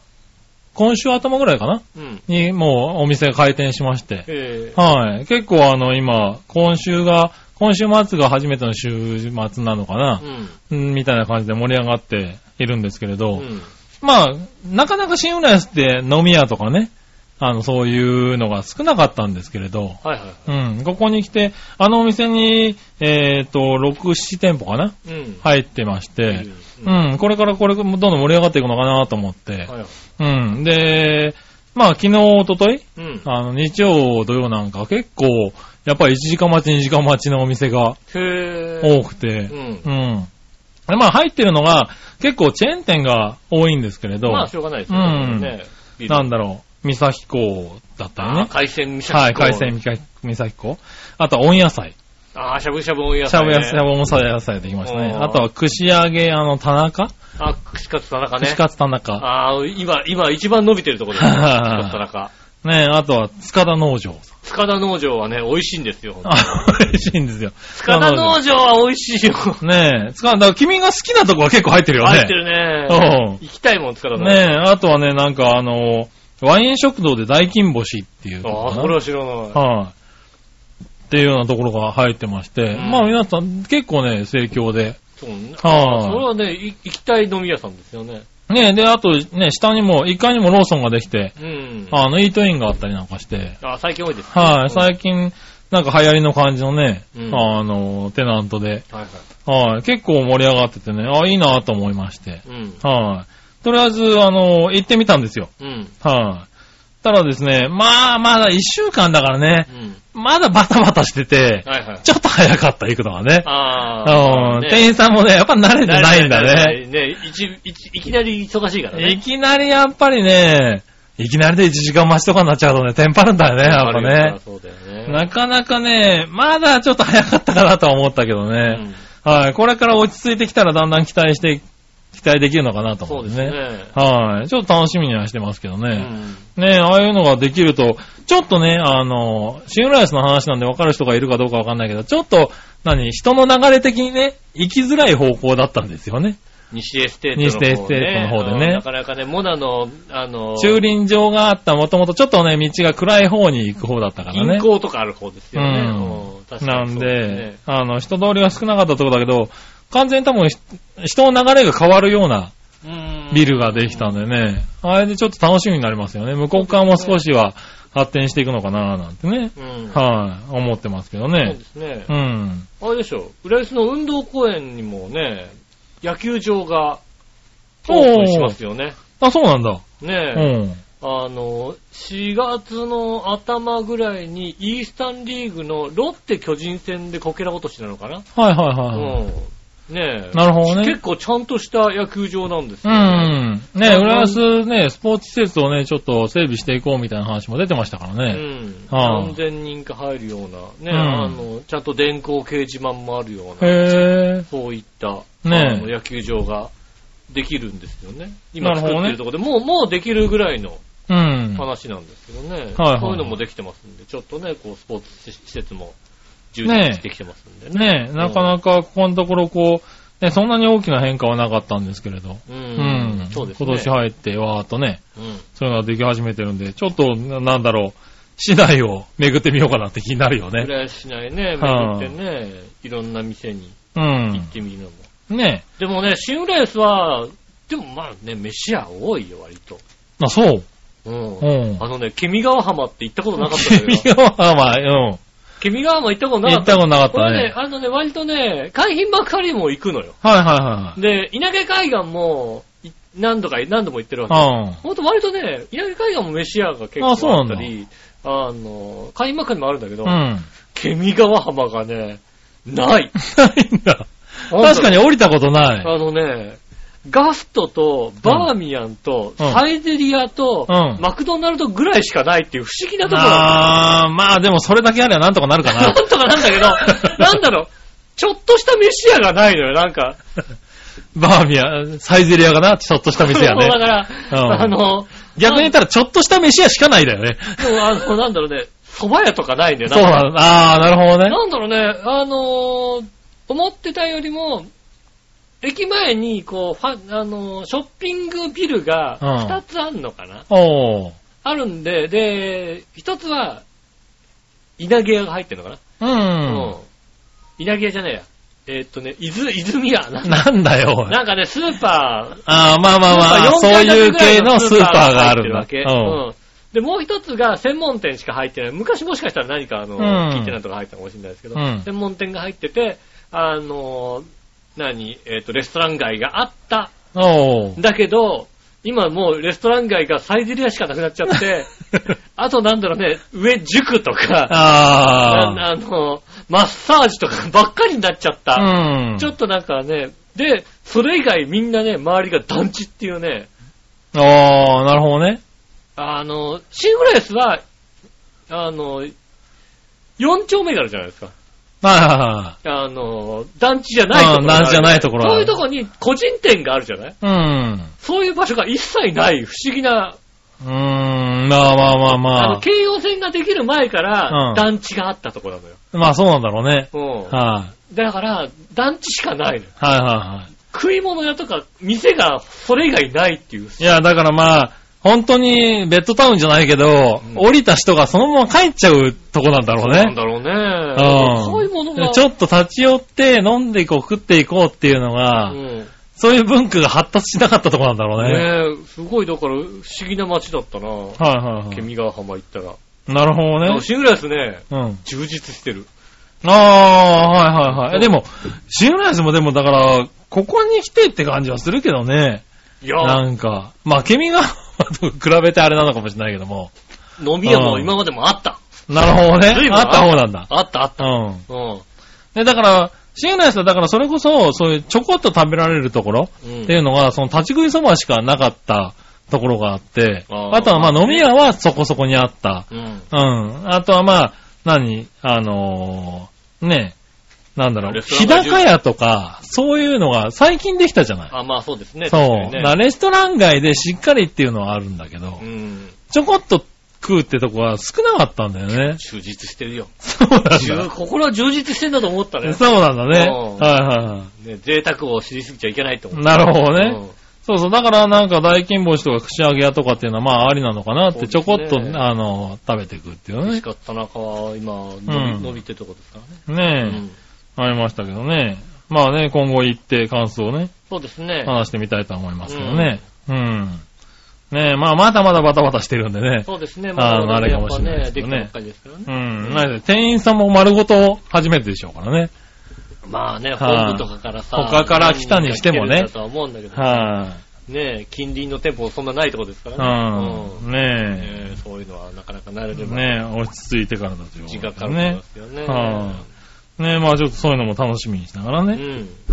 Speaker 3: 今週頭ぐらいかな
Speaker 2: うん。
Speaker 3: に、もうお店が開店しまして、
Speaker 2: へぇ
Speaker 3: はい。結構あの、今、今週が、今週末が初めての週末なのかな
Speaker 2: う、ん。
Speaker 3: うんみたいな感じで盛り上がっているんですけれ
Speaker 2: う
Speaker 3: ど、
Speaker 2: ん。
Speaker 3: まあ、なかなか新浦安って飲み屋とかね、あの、そういうのが少なかったんですけれど、
Speaker 2: はいは。
Speaker 3: うん、ここに来て、あのお店に、えっ、と、6、7店舗かない
Speaker 2: うん。
Speaker 3: 入ってまして、
Speaker 2: うん。
Speaker 3: うん、これからこれ、どんどん盛り上がっていくのかなと思って、
Speaker 2: はいはい。
Speaker 3: うん、で、まあ昨日、一昨日
Speaker 2: うん。
Speaker 3: あの、日曜、土曜なんか結構、やっぱり1時間待ち、2時間待ちのお店が
Speaker 2: へぇ
Speaker 3: 多くて、
Speaker 2: うん
Speaker 3: うん。でまあ入ってるのが結構チェーン店が多いんですけれど、
Speaker 2: まあ、しょうがないです
Speaker 3: うん
Speaker 2: ね。ビル
Speaker 3: なんだろう、三崎港だったり
Speaker 2: あー
Speaker 3: ね。
Speaker 2: 海鮮味噌
Speaker 3: はい、海鮮。三崎港。あとは温野菜。
Speaker 2: ああ、しゃぶしゃぶお野
Speaker 3: しゃ
Speaker 2: 菜
Speaker 3: ぶ
Speaker 2: ね。
Speaker 3: やしゃぶ重さ野菜できましたね。
Speaker 2: おー
Speaker 3: あとは串揚げ、あの、田中
Speaker 2: あ、串カツ田中ね。
Speaker 3: 串カツ田中。
Speaker 2: ああ、今、今一番伸びてるところです。
Speaker 3: は
Speaker 2: 串
Speaker 3: はは
Speaker 2: カツ田中。
Speaker 3: ねあとは塚田農場さん。
Speaker 2: 塚田農場はね、美味しいんですよ。
Speaker 3: あ、美味しいんですよ。
Speaker 2: 塚田農場は美味しいよ。
Speaker 3: ねえ、塚田、だから君が好きなとこは結構入ってるよね。
Speaker 2: 入ってるね。行きたいもん、塚田
Speaker 3: うん。
Speaker 2: 農
Speaker 3: ね
Speaker 2: 場。
Speaker 3: え、あとはね、なんかあの、ワイン食堂で大金星っていうとこ
Speaker 2: ああ、
Speaker 3: かな
Speaker 2: それは知らない。
Speaker 3: はい。っていうようなところが入ってまして、
Speaker 2: うん
Speaker 3: まあ皆さん結構ね、盛況で。
Speaker 2: そうね。
Speaker 3: は
Speaker 2: それはね、い行きたい飲み屋さんですよね。
Speaker 3: い。ねで、あとね、下にも、1階にもローソンができて、
Speaker 2: うん。
Speaker 3: あの、イートインがあったりなんかして、
Speaker 2: あ、最近多いですね。
Speaker 3: は
Speaker 2: 近。
Speaker 3: い、最近、なんか流行りの感じのね、
Speaker 2: うん
Speaker 3: あの、テナントで、
Speaker 2: はいは
Speaker 3: はい、結構盛り上がっててね、あ、いいなと思いまして、
Speaker 2: い。うん。
Speaker 3: はい。とりあえず、あの、行ってみたんですよ。
Speaker 2: うん。
Speaker 3: はい。ただですね、まあ、まだ1週間だからね、
Speaker 2: うん。
Speaker 3: まだバタバタしてて、
Speaker 2: はいはい。
Speaker 3: ちょっと早かった、行くのはね。
Speaker 2: あ
Speaker 3: う
Speaker 2: あ。
Speaker 3: ん、店員さんもね、やっぱ慣れてないんだね。。
Speaker 2: ね、いち、いち、いきなり忙しいからね。
Speaker 3: いきなりやっぱりね、いきなりで1時間待ちとかになっちゃうとね、テンパるんだよね、やっぱね。
Speaker 2: そうだよね。
Speaker 3: なかなかね、まだちょっと早かったかなとは思ったけど
Speaker 2: う
Speaker 3: ね。
Speaker 2: ん
Speaker 3: はい。これから落ち着いてきたらだんだん期待して、期待できるのかなと
Speaker 2: そ
Speaker 3: 思
Speaker 2: う
Speaker 3: うん
Speaker 2: で
Speaker 3: ですす
Speaker 2: ね
Speaker 3: ね。。はい。ちょっと楽しみにはしてますけど
Speaker 2: う
Speaker 3: ね。
Speaker 2: ん
Speaker 3: ねああいうのができると、ちょっとね、あの、シングライスの話なんで分かる人がいるかどうか分かんないけど、ちょっと、何、人の流れ的にね、行きづらい方向だったんですよね。
Speaker 2: 西エステートの方ね。
Speaker 3: 西エステートの方でね
Speaker 2: うんなかなかね、モナの、あの、
Speaker 3: 駐輪場があった、もともとちょっとね、道が暗い方に行く方だったからね。
Speaker 2: 銀行とかある方ですよね。
Speaker 3: うん
Speaker 2: う確か
Speaker 3: な
Speaker 2: に
Speaker 3: ん
Speaker 2: そうす
Speaker 3: で
Speaker 2: ね、
Speaker 3: あの、人通りは少なかったところだけど、完全に多分ひ、人の流れが変わるような
Speaker 2: うん
Speaker 3: ビルができたんでね、あれでちょっと楽しみになりますよね。向こう側も少しは発展していくのかななんてね、
Speaker 2: うん。
Speaker 3: はい、思ってますけど
Speaker 2: そう
Speaker 3: ね
Speaker 2: で。すね
Speaker 3: う。ん。
Speaker 2: あれでしょ、浦安の運動公園にもね、野球場が
Speaker 3: おー
Speaker 2: オープンしますよね。
Speaker 3: あ、そうなんだ。
Speaker 2: ね
Speaker 3: う
Speaker 2: え、
Speaker 3: ん。
Speaker 2: あの、4月の頭ぐらいにイースタンリーグのロッテ巨人戦でこけら落としなのかな、
Speaker 3: はいはい
Speaker 2: うん、
Speaker 3: は
Speaker 2: ねえ。
Speaker 3: い。なるほどね
Speaker 2: 結。構ちゃんとした野球場なんです
Speaker 3: う
Speaker 2: よ、ね。
Speaker 3: ん。ね、浦安ね、スポーツ施設をね、ちょっと整備していこうみたいな話も出てましたから
Speaker 2: う
Speaker 3: ね。
Speaker 2: ん。
Speaker 3: はあ
Speaker 2: 何千人か入るような、ね、
Speaker 3: ん
Speaker 2: あの、ちゃんと電光掲示板もあるような、
Speaker 3: へ
Speaker 2: そういった、
Speaker 3: ねえ
Speaker 2: あの野球場ができるんですよね。
Speaker 3: な
Speaker 2: 今
Speaker 3: るほ
Speaker 2: 作
Speaker 3: どね
Speaker 2: ってるところで、もう、もうできるぐらいの
Speaker 3: ぇー。うん。
Speaker 2: 話なんですけどね。
Speaker 3: はいはい
Speaker 2: そういうのもできてますんで、ちょっとね、こう、スポーツ施設も充実してきてますんでね。
Speaker 3: ねえ、なかなかここのところこう、ね、そんなに大きな変化はなかったんですけれど。
Speaker 2: う。
Speaker 3: うん
Speaker 2: そうですね。
Speaker 3: 今年入ってわーっとね、
Speaker 2: うん。
Speaker 3: そういうのができ始めてるんで、ちょっと、ななんだろう、市内を巡ってみようかなって気になるよね。
Speaker 2: 浦安市内ね、巡
Speaker 3: は
Speaker 2: っ
Speaker 3: あ
Speaker 2: てね、いろんな店に
Speaker 3: う
Speaker 2: 行
Speaker 3: ん
Speaker 2: っ。てみるのも。
Speaker 3: ねえ。
Speaker 2: でもね、新浦安は、でもまあね、飯屋多いよ、割と。
Speaker 3: あ、そう。
Speaker 2: うん。
Speaker 3: うん
Speaker 2: あのね、君川浜って行ったことなかったんだ
Speaker 3: 君
Speaker 2: けど、
Speaker 3: は、まあ、うん。
Speaker 2: 君川浜行ったことな
Speaker 3: 行
Speaker 2: か
Speaker 3: っ
Speaker 2: った。
Speaker 3: たことなかっ
Speaker 2: こ
Speaker 3: た
Speaker 2: れね
Speaker 3: ね、。
Speaker 2: あのね、割とね、海浜幕張も行くのよ。
Speaker 3: はいは
Speaker 2: で、稲毛海岸も、い何度か、何度も行ってるわ
Speaker 3: い
Speaker 2: け。
Speaker 3: はい。
Speaker 2: ほんと割とね、稲毛海岸も飯屋が結
Speaker 3: あそう
Speaker 2: 構あ
Speaker 3: な
Speaker 2: っ
Speaker 3: ん
Speaker 2: た
Speaker 3: だ
Speaker 2: り、あの、海幕にもあるんだけど、
Speaker 3: うん。うん。
Speaker 2: ケ川浜がね、ない。
Speaker 3: ないんだ。 確かに降りたことない。
Speaker 2: あのね、ガストとバーミヤンと
Speaker 3: うん
Speaker 2: サイゼリアと
Speaker 3: うん
Speaker 2: マクドナルドぐらいしかないっていう不思議なところ
Speaker 3: あー、まあでもそれだけあればなんとかなるか
Speaker 2: なん
Speaker 3: な。
Speaker 2: とかなんだけど、なんだろう、ちょっとした飯屋がないのよ、なんか。
Speaker 3: バーミヤン、サイゼリアかな、ちょっとした店や ね
Speaker 2: だ。から、
Speaker 3: うん
Speaker 2: あの、
Speaker 3: 逆に言ったら、ちょっとした飯屋しかないだよね。
Speaker 2: でもあの、なんだろうね、蕎麦屋とかないんだよ
Speaker 3: そう
Speaker 2: な。
Speaker 3: なんだ。あー、なるほどね。
Speaker 2: なんだろうね、あのー思ってたよりも、駅前に、こう、ファ、あのーショッピングビルが
Speaker 3: うん
Speaker 2: 2つあんのかな、
Speaker 3: おー。
Speaker 2: あるんで、で、1つは、稲毛屋が入ってるのか
Speaker 3: う
Speaker 2: な、
Speaker 3: ん。
Speaker 2: 稲毛屋じゃねえや。えーっとね、伊豆、泉屋なんだ
Speaker 3: なんだよ。
Speaker 2: なんかね、スーパー、
Speaker 3: あー、まあまあま
Speaker 2: スーパ
Speaker 3: あ、そう
Speaker 2: ー4
Speaker 3: いう
Speaker 2: 階建
Speaker 3: 系
Speaker 2: てぐらい
Speaker 3: のスーパーがあるん
Speaker 2: わ
Speaker 3: だ。
Speaker 2: け。
Speaker 3: うん。
Speaker 2: うんで、もう一つが専門店しか入ってない。昔もしかしたら何かあの、
Speaker 3: うん
Speaker 2: 聞いてないとか入ったかもしれないですけど、
Speaker 3: うん
Speaker 2: 専門店が入ってて、あの、何、えっ、と、レストラン街があった。
Speaker 3: お ー。
Speaker 2: だけど、今もうレストラン街がサイゼリアしかなくなっちゃ って、あとなんだろうね、上塾とか、
Speaker 3: あ
Speaker 2: ああの、マッサージとかばっかりになっちゃった。
Speaker 3: ー。うん。
Speaker 2: ちょっとなんかね、で、それ以外みんなね、周りが団地っていうね、
Speaker 3: あー、なるほどね。
Speaker 2: あの、シングレースは、あの、4丁目があるじゃないですか。
Speaker 3: はいは
Speaker 2: あの、団地じゃないところがある。
Speaker 3: うん団地じゃないところが
Speaker 2: そ
Speaker 3: あ
Speaker 2: うい
Speaker 3: る
Speaker 2: うところに個人店があるじゃない
Speaker 3: いはい。うん。
Speaker 2: そういう場所が一切ない不思議な、
Speaker 3: うーん、まあまあまあ
Speaker 2: あ
Speaker 3: ま
Speaker 2: の、京葉線ができる前から
Speaker 3: うん
Speaker 2: 団地があったところなのよ。
Speaker 3: あ。まあそうなんだろうね。
Speaker 2: うん。
Speaker 3: はい。
Speaker 2: だから、団地しかないの。
Speaker 3: はいはいはい。
Speaker 2: 食い物屋とか店がそれ以外ないっていう。
Speaker 3: いや、だからまあ、本当にベッドタウンじゃないけど、
Speaker 2: うん
Speaker 3: 降りた人がそのまま帰っちゃうとこなんだろう
Speaker 2: なん
Speaker 3: ね。
Speaker 2: だろう
Speaker 3: う
Speaker 2: ね。
Speaker 3: ん
Speaker 2: そういうものが。
Speaker 3: ちょっと立ち寄って飲んでいこう食っていこうっていうのが、
Speaker 2: うん
Speaker 3: そういう文化が発達しなかったとこなんだろうね。
Speaker 2: ねえ、すごい、だから、不思議な街だったな。
Speaker 3: はいはいは
Speaker 2: ケ川浜行ったら。
Speaker 3: い。なるほどね。
Speaker 2: シングラスね、
Speaker 3: うん。
Speaker 2: 充実してる。
Speaker 3: ああ、はいはいはい。えでも、シングライスもでもだから、ここに来てって感じはするけどね。
Speaker 2: いや、
Speaker 3: なんか、まあ、ケミが と比べてあれなのかもしれないけども。
Speaker 2: 飲み屋も
Speaker 3: うん
Speaker 2: 今までもあった。
Speaker 3: なるほどね
Speaker 2: 随。分
Speaker 3: あった方なんだ。
Speaker 2: あったあった。
Speaker 3: うん。
Speaker 2: うん。
Speaker 3: で、だから、シングライスはだからそれこそ、そういうちょこっと食べられるところ
Speaker 2: うん
Speaker 3: っていうのが、その立ち食いそばしかなかったところがあって、
Speaker 2: あー
Speaker 3: あとはまあ飲み屋はそこそこにあった。
Speaker 2: うん。
Speaker 3: うん。あとはまあ、何あのーね、なんだろう、
Speaker 2: レ
Speaker 3: 日
Speaker 2: ストラン街中
Speaker 3: 高屋とか、そういうのが最近できたじゃない。
Speaker 2: あ、まあそうですね。
Speaker 3: そう。
Speaker 2: 確かにね
Speaker 3: だからレストラン街でしっかりっていうのはあるんだけど
Speaker 2: う、ん。。
Speaker 3: ちょこっと食うってとこは少なかったんだよね
Speaker 2: 充実して るよ。
Speaker 3: そうなん
Speaker 2: 充
Speaker 3: だ。
Speaker 2: 心は充実してんだと思ったね。
Speaker 3: そうなんだね。
Speaker 2: うん
Speaker 3: はいはいはい。
Speaker 2: ね贅沢を知りすぎちゃいけないと思う。
Speaker 3: なるほどね。
Speaker 2: うん
Speaker 3: そうそう。だからなんか大金星とか串揚げ屋とかっていうのはまあありなのかなって、ち
Speaker 2: そう
Speaker 3: ょ
Speaker 2: です
Speaker 3: こ
Speaker 2: ね
Speaker 3: っと、あの、食べていくっていう
Speaker 2: 美味し
Speaker 3: ね。
Speaker 2: かった中は今、伸
Speaker 3: うん
Speaker 2: び伸びてるとこですからね。
Speaker 3: ねえ、
Speaker 2: うん
Speaker 3: ありましたけどね。まあね、今後行って感想をね、
Speaker 2: そうですね。
Speaker 3: 話してみたいと思いますけどね。うん。ねえ、まあまだまだバタバタしてるんでね。
Speaker 2: そうですね。
Speaker 3: あー
Speaker 2: まだまだ
Speaker 3: あれかもしれない
Speaker 2: やっ
Speaker 3: です
Speaker 2: ぱね、でき
Speaker 3: けどね
Speaker 2: たばっかりですからね。
Speaker 3: うん。なんで店員さんも丸ごと初めてでしょうからね。
Speaker 2: まあね、
Speaker 3: はい
Speaker 2: 本部とかからさ、
Speaker 3: 他から来たにしてもね
Speaker 2: 何人か来るんだとは思うんだけど、
Speaker 3: は
Speaker 2: ねえ近隣の店舗そんなないとこですか
Speaker 3: い、
Speaker 2: らね。
Speaker 3: う
Speaker 2: うん
Speaker 3: ん。
Speaker 2: ね
Speaker 3: ね
Speaker 2: えそういうのはなかなか慣れ
Speaker 3: え。
Speaker 2: れば、
Speaker 3: ねえ、落ち着いてからだということ
Speaker 2: 時
Speaker 3: で
Speaker 2: 間
Speaker 3: す
Speaker 2: かかると思い
Speaker 3: ね
Speaker 2: ま。すよね。
Speaker 3: はねえ、まあちょっとそういうのも楽しみにしながら
Speaker 2: う
Speaker 3: ね。
Speaker 2: ん。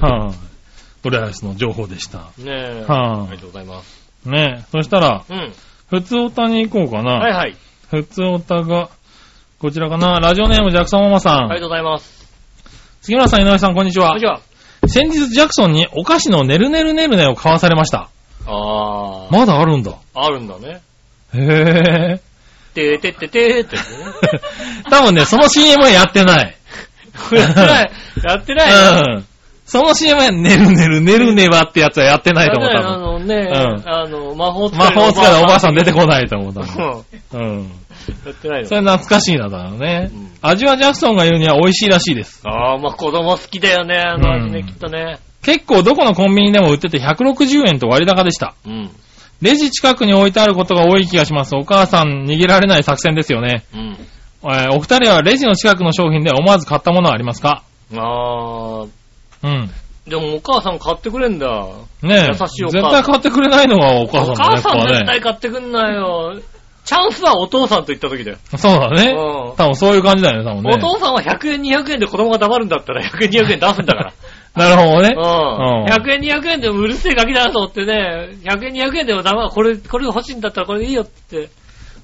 Speaker 3: はい、浦安の情報でした。
Speaker 2: ねえ、
Speaker 3: は
Speaker 2: あ
Speaker 3: あ、
Speaker 2: りがとうございます。
Speaker 3: ねえ。そしたら、
Speaker 2: うん。
Speaker 3: 普通おたに行こうかな。
Speaker 2: はいはい。
Speaker 3: 普通おたが、こちらかな。ラジオネームジャクソンママさ
Speaker 2: あり
Speaker 3: ん。
Speaker 2: がとうございます。
Speaker 3: 杉村さん、井上さん、こんにち
Speaker 2: こん
Speaker 3: は
Speaker 2: に。ちは。
Speaker 3: 先日ジャクソンにお菓子のねるねるねるねを買わされました。
Speaker 2: あー、
Speaker 3: まだあるんだ。
Speaker 2: あるんだね。
Speaker 3: へえ。
Speaker 2: てーてっててーってやつね。
Speaker 3: 多分ね、その CM はやってない。
Speaker 2: やってない。やってない。
Speaker 3: うん。その CM はねるねるねるねはってやつはやってないと思う、
Speaker 2: やって
Speaker 3: 多
Speaker 2: あ
Speaker 3: 分。
Speaker 2: のね、
Speaker 3: うん
Speaker 2: あの、魔法使い
Speaker 3: 魔法使いのおばあさん出てこ
Speaker 2: い。
Speaker 3: ないと思う、多
Speaker 2: うん
Speaker 3: 分。うん。
Speaker 2: やってないの
Speaker 3: それ懐かしいな、だろうね
Speaker 2: うん。
Speaker 3: 味はジャクソンが言うには美味しいらしいです。
Speaker 2: ああ、まあ子供好きだよね、あの味ね、
Speaker 3: うん
Speaker 2: きっとね。
Speaker 3: 結構どこのコンビニでも売ってて160円と割高でした。
Speaker 2: うん。
Speaker 3: レジ近くに置いてあることが多い気がします。お母さん逃げられない作戦ですよね。
Speaker 2: うん。
Speaker 3: えーお二人はレジの近くの商品で思わず買ったものはありますか
Speaker 2: あ
Speaker 3: うん。
Speaker 2: あ、でもお母さん買ってくれんだ。
Speaker 3: ねえ。
Speaker 2: 優しいお母さん
Speaker 3: 絶対買ってくれないのがお母さんだね。やっぱ
Speaker 2: 絶
Speaker 3: ね
Speaker 2: 対買ってくんないよ。チャンスはお父さんと言った時だよ。
Speaker 3: そうだね。
Speaker 2: うん
Speaker 3: 多分そういう感じだよね、多分
Speaker 2: お
Speaker 3: ね。
Speaker 2: 父さんは100円200円で子供が黙るんだったら100円200円出すんだから。
Speaker 3: なるほどね。
Speaker 2: うん。
Speaker 3: うん
Speaker 2: 100円200円でもうるせえガキだなと思ってね、100円200円でも黙る、これ、これ欲しいんだったらこれでいいよって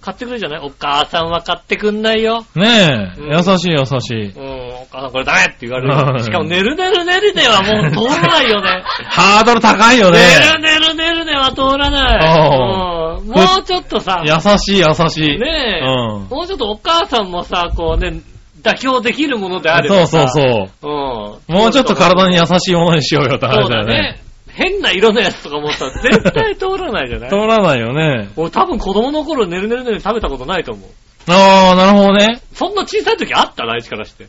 Speaker 2: 買ってくるじゃないお母さんは買ってくんないよ。
Speaker 3: ねえ。
Speaker 2: うん
Speaker 3: 優しい優しい。
Speaker 2: うん、お母さんこれダメって言われ
Speaker 3: う
Speaker 2: る。
Speaker 3: ん
Speaker 2: しかも、寝る寝る寝るねはもう通らないよね。
Speaker 3: ハードル高いよね。
Speaker 2: 寝る寝る寝るねは通らない。うんもうちょっとさ、
Speaker 3: 優しい優しい。
Speaker 2: ねえ、
Speaker 3: うん
Speaker 2: もうちょっとお母さんもさ、こうね、妥協できるものであれ
Speaker 3: そ
Speaker 2: ば。
Speaker 3: うそうそうう。
Speaker 2: うん。
Speaker 3: もうちょっと体に優しいものにしようよって
Speaker 2: そ
Speaker 3: 話
Speaker 2: う
Speaker 3: だ
Speaker 2: だ
Speaker 3: よね。
Speaker 2: ね。変な色のやつとかも さ、絶対通らないじゃない
Speaker 3: 通らないよね。
Speaker 2: 俺多分子供の頃寝る寝る寝る食べたことないと思う。
Speaker 3: ああ、なるほどね。
Speaker 2: そんな小さい時あったないからして。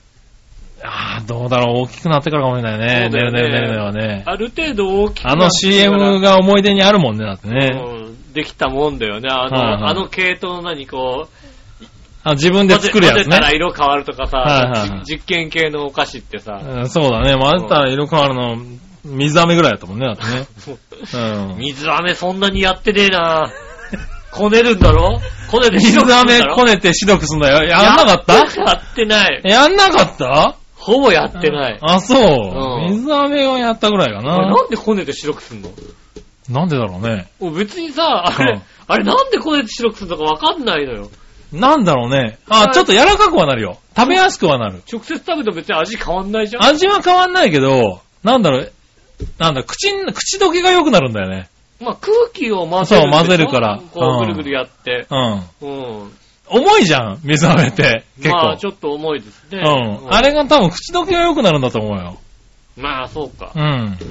Speaker 3: ああ、どうだろう。大きくなってからかもしれない
Speaker 2: そう
Speaker 3: ね。ね
Speaker 2: だよ
Speaker 3: る
Speaker 2: ね
Speaker 3: ねるねるねはね。
Speaker 2: ある程度大きくな
Speaker 3: あ
Speaker 2: ってから
Speaker 3: の CM が思い出にあるもんね、だってね。
Speaker 2: うんできたもんだよね。あの、
Speaker 3: はいはい
Speaker 2: あの系統の何こう、
Speaker 3: あ自分で作るや
Speaker 2: 混
Speaker 3: つ
Speaker 2: ぜたら
Speaker 3: ね。
Speaker 2: 色変わるとかさ、
Speaker 3: はいはいはい
Speaker 2: じ実験系のお菓子って さ、
Speaker 3: うんそうだね。混ぜたら色変わるの、水飴ぐらいだったもんね、だってね。うん。
Speaker 2: 水飴そんなにやってねえなこねるんだろこねて
Speaker 3: 水
Speaker 2: 白くするん
Speaker 3: 飴
Speaker 2: だろ
Speaker 3: こねて白くすんだよ。やんなかっ
Speaker 2: やってない
Speaker 3: た。やんなかった
Speaker 2: ほぼやってない。
Speaker 3: あ、そう
Speaker 2: う。ん
Speaker 3: 水飴をやったぐらいか
Speaker 2: あれ
Speaker 3: な。
Speaker 2: なんでこねて白くすんの
Speaker 3: なんでだろうね。
Speaker 2: もう別にさ、あれ、
Speaker 3: うん
Speaker 2: あれなんでこねて白くすんのかわかんないのよ。
Speaker 3: なんだろうね。あ、ちょっと柔らかくはなるよ。食べやすくはなる。
Speaker 2: 直接食べても別に味変わんないじゃん。
Speaker 3: 味は変わんないけど、なんだろう、なんだ、口ん、口どけが良くなるんだよね。
Speaker 2: まあ、空気を混ぜるんでしょ。
Speaker 3: そう混ぜるから
Speaker 2: こ
Speaker 3: う
Speaker 2: う、
Speaker 3: ん
Speaker 2: ぐるぐるやって。
Speaker 3: うん。
Speaker 2: うん。
Speaker 3: 重いじゃん、水飴って。結構。
Speaker 2: まあ、ちょっと重いですね。
Speaker 3: うん。あれが多分口どけが良くなるんだと思うよ。
Speaker 2: まあ、そうか
Speaker 3: う。ん。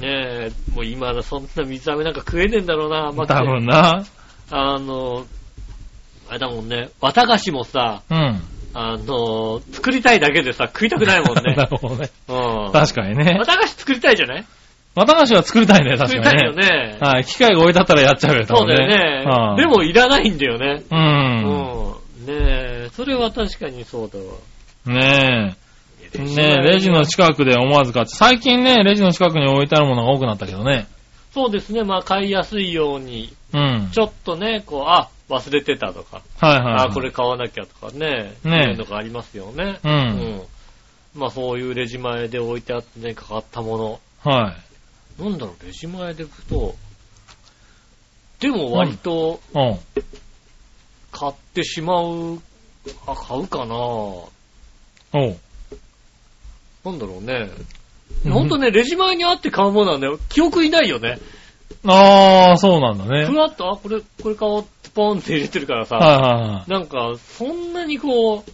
Speaker 2: ねえ、もう今だそんな水飴なんか食えねえんだろうな、ま
Speaker 3: 多分な。
Speaker 2: あの、あれだもんね、綿菓子もさ、
Speaker 3: うん。
Speaker 2: あの、 作りたいだけでさ、食いたくないもんね
Speaker 3: な。るほどね。
Speaker 2: うん。
Speaker 3: 確かにね。
Speaker 2: 綿菓子作りたいじゃない
Speaker 3: 綿菓子は作りたいね、確
Speaker 2: 作り
Speaker 3: か
Speaker 2: た
Speaker 3: に
Speaker 2: い
Speaker 3: ね。
Speaker 2: よね。
Speaker 3: はい。機械が置いてあったらやっちゃうよ、多
Speaker 2: そう
Speaker 3: 分
Speaker 2: だよね。で、もいらないんだよね。
Speaker 3: うん。
Speaker 2: うん。ねえ、それは確かにそうだわ。
Speaker 3: うん。ねえ。ねえ、レジの近くで思わず買っちゃう。最近ね、レジの近くに置いてあるものが多くなったけどね。
Speaker 2: そうですね、まあ買いやすいように、
Speaker 3: うん。
Speaker 2: ちょっとね、こう、あ、忘れてたとか、
Speaker 3: はいはい。
Speaker 2: あ、これ。買わなきゃとかね、そう
Speaker 3: ね
Speaker 2: いうのがありますよね。
Speaker 3: うん
Speaker 2: うんまあそういうレジ前で置いてあってね、かかったも
Speaker 3: はい。
Speaker 2: の。なんだろう、レジ前でふと、でも割と
Speaker 3: うん。
Speaker 2: 買ってしまう、あ、買うかな
Speaker 3: おう。
Speaker 2: なんだろうね。
Speaker 3: うん
Speaker 2: ほんとね、レジ前にあって買うものはね、記憶いないよね。
Speaker 3: ああ、そうなんだね。はい
Speaker 2: ふわっと、あ、これ、これ買おうってポンって入れてるからさ、
Speaker 3: はいは
Speaker 2: なんか、そんなにこう、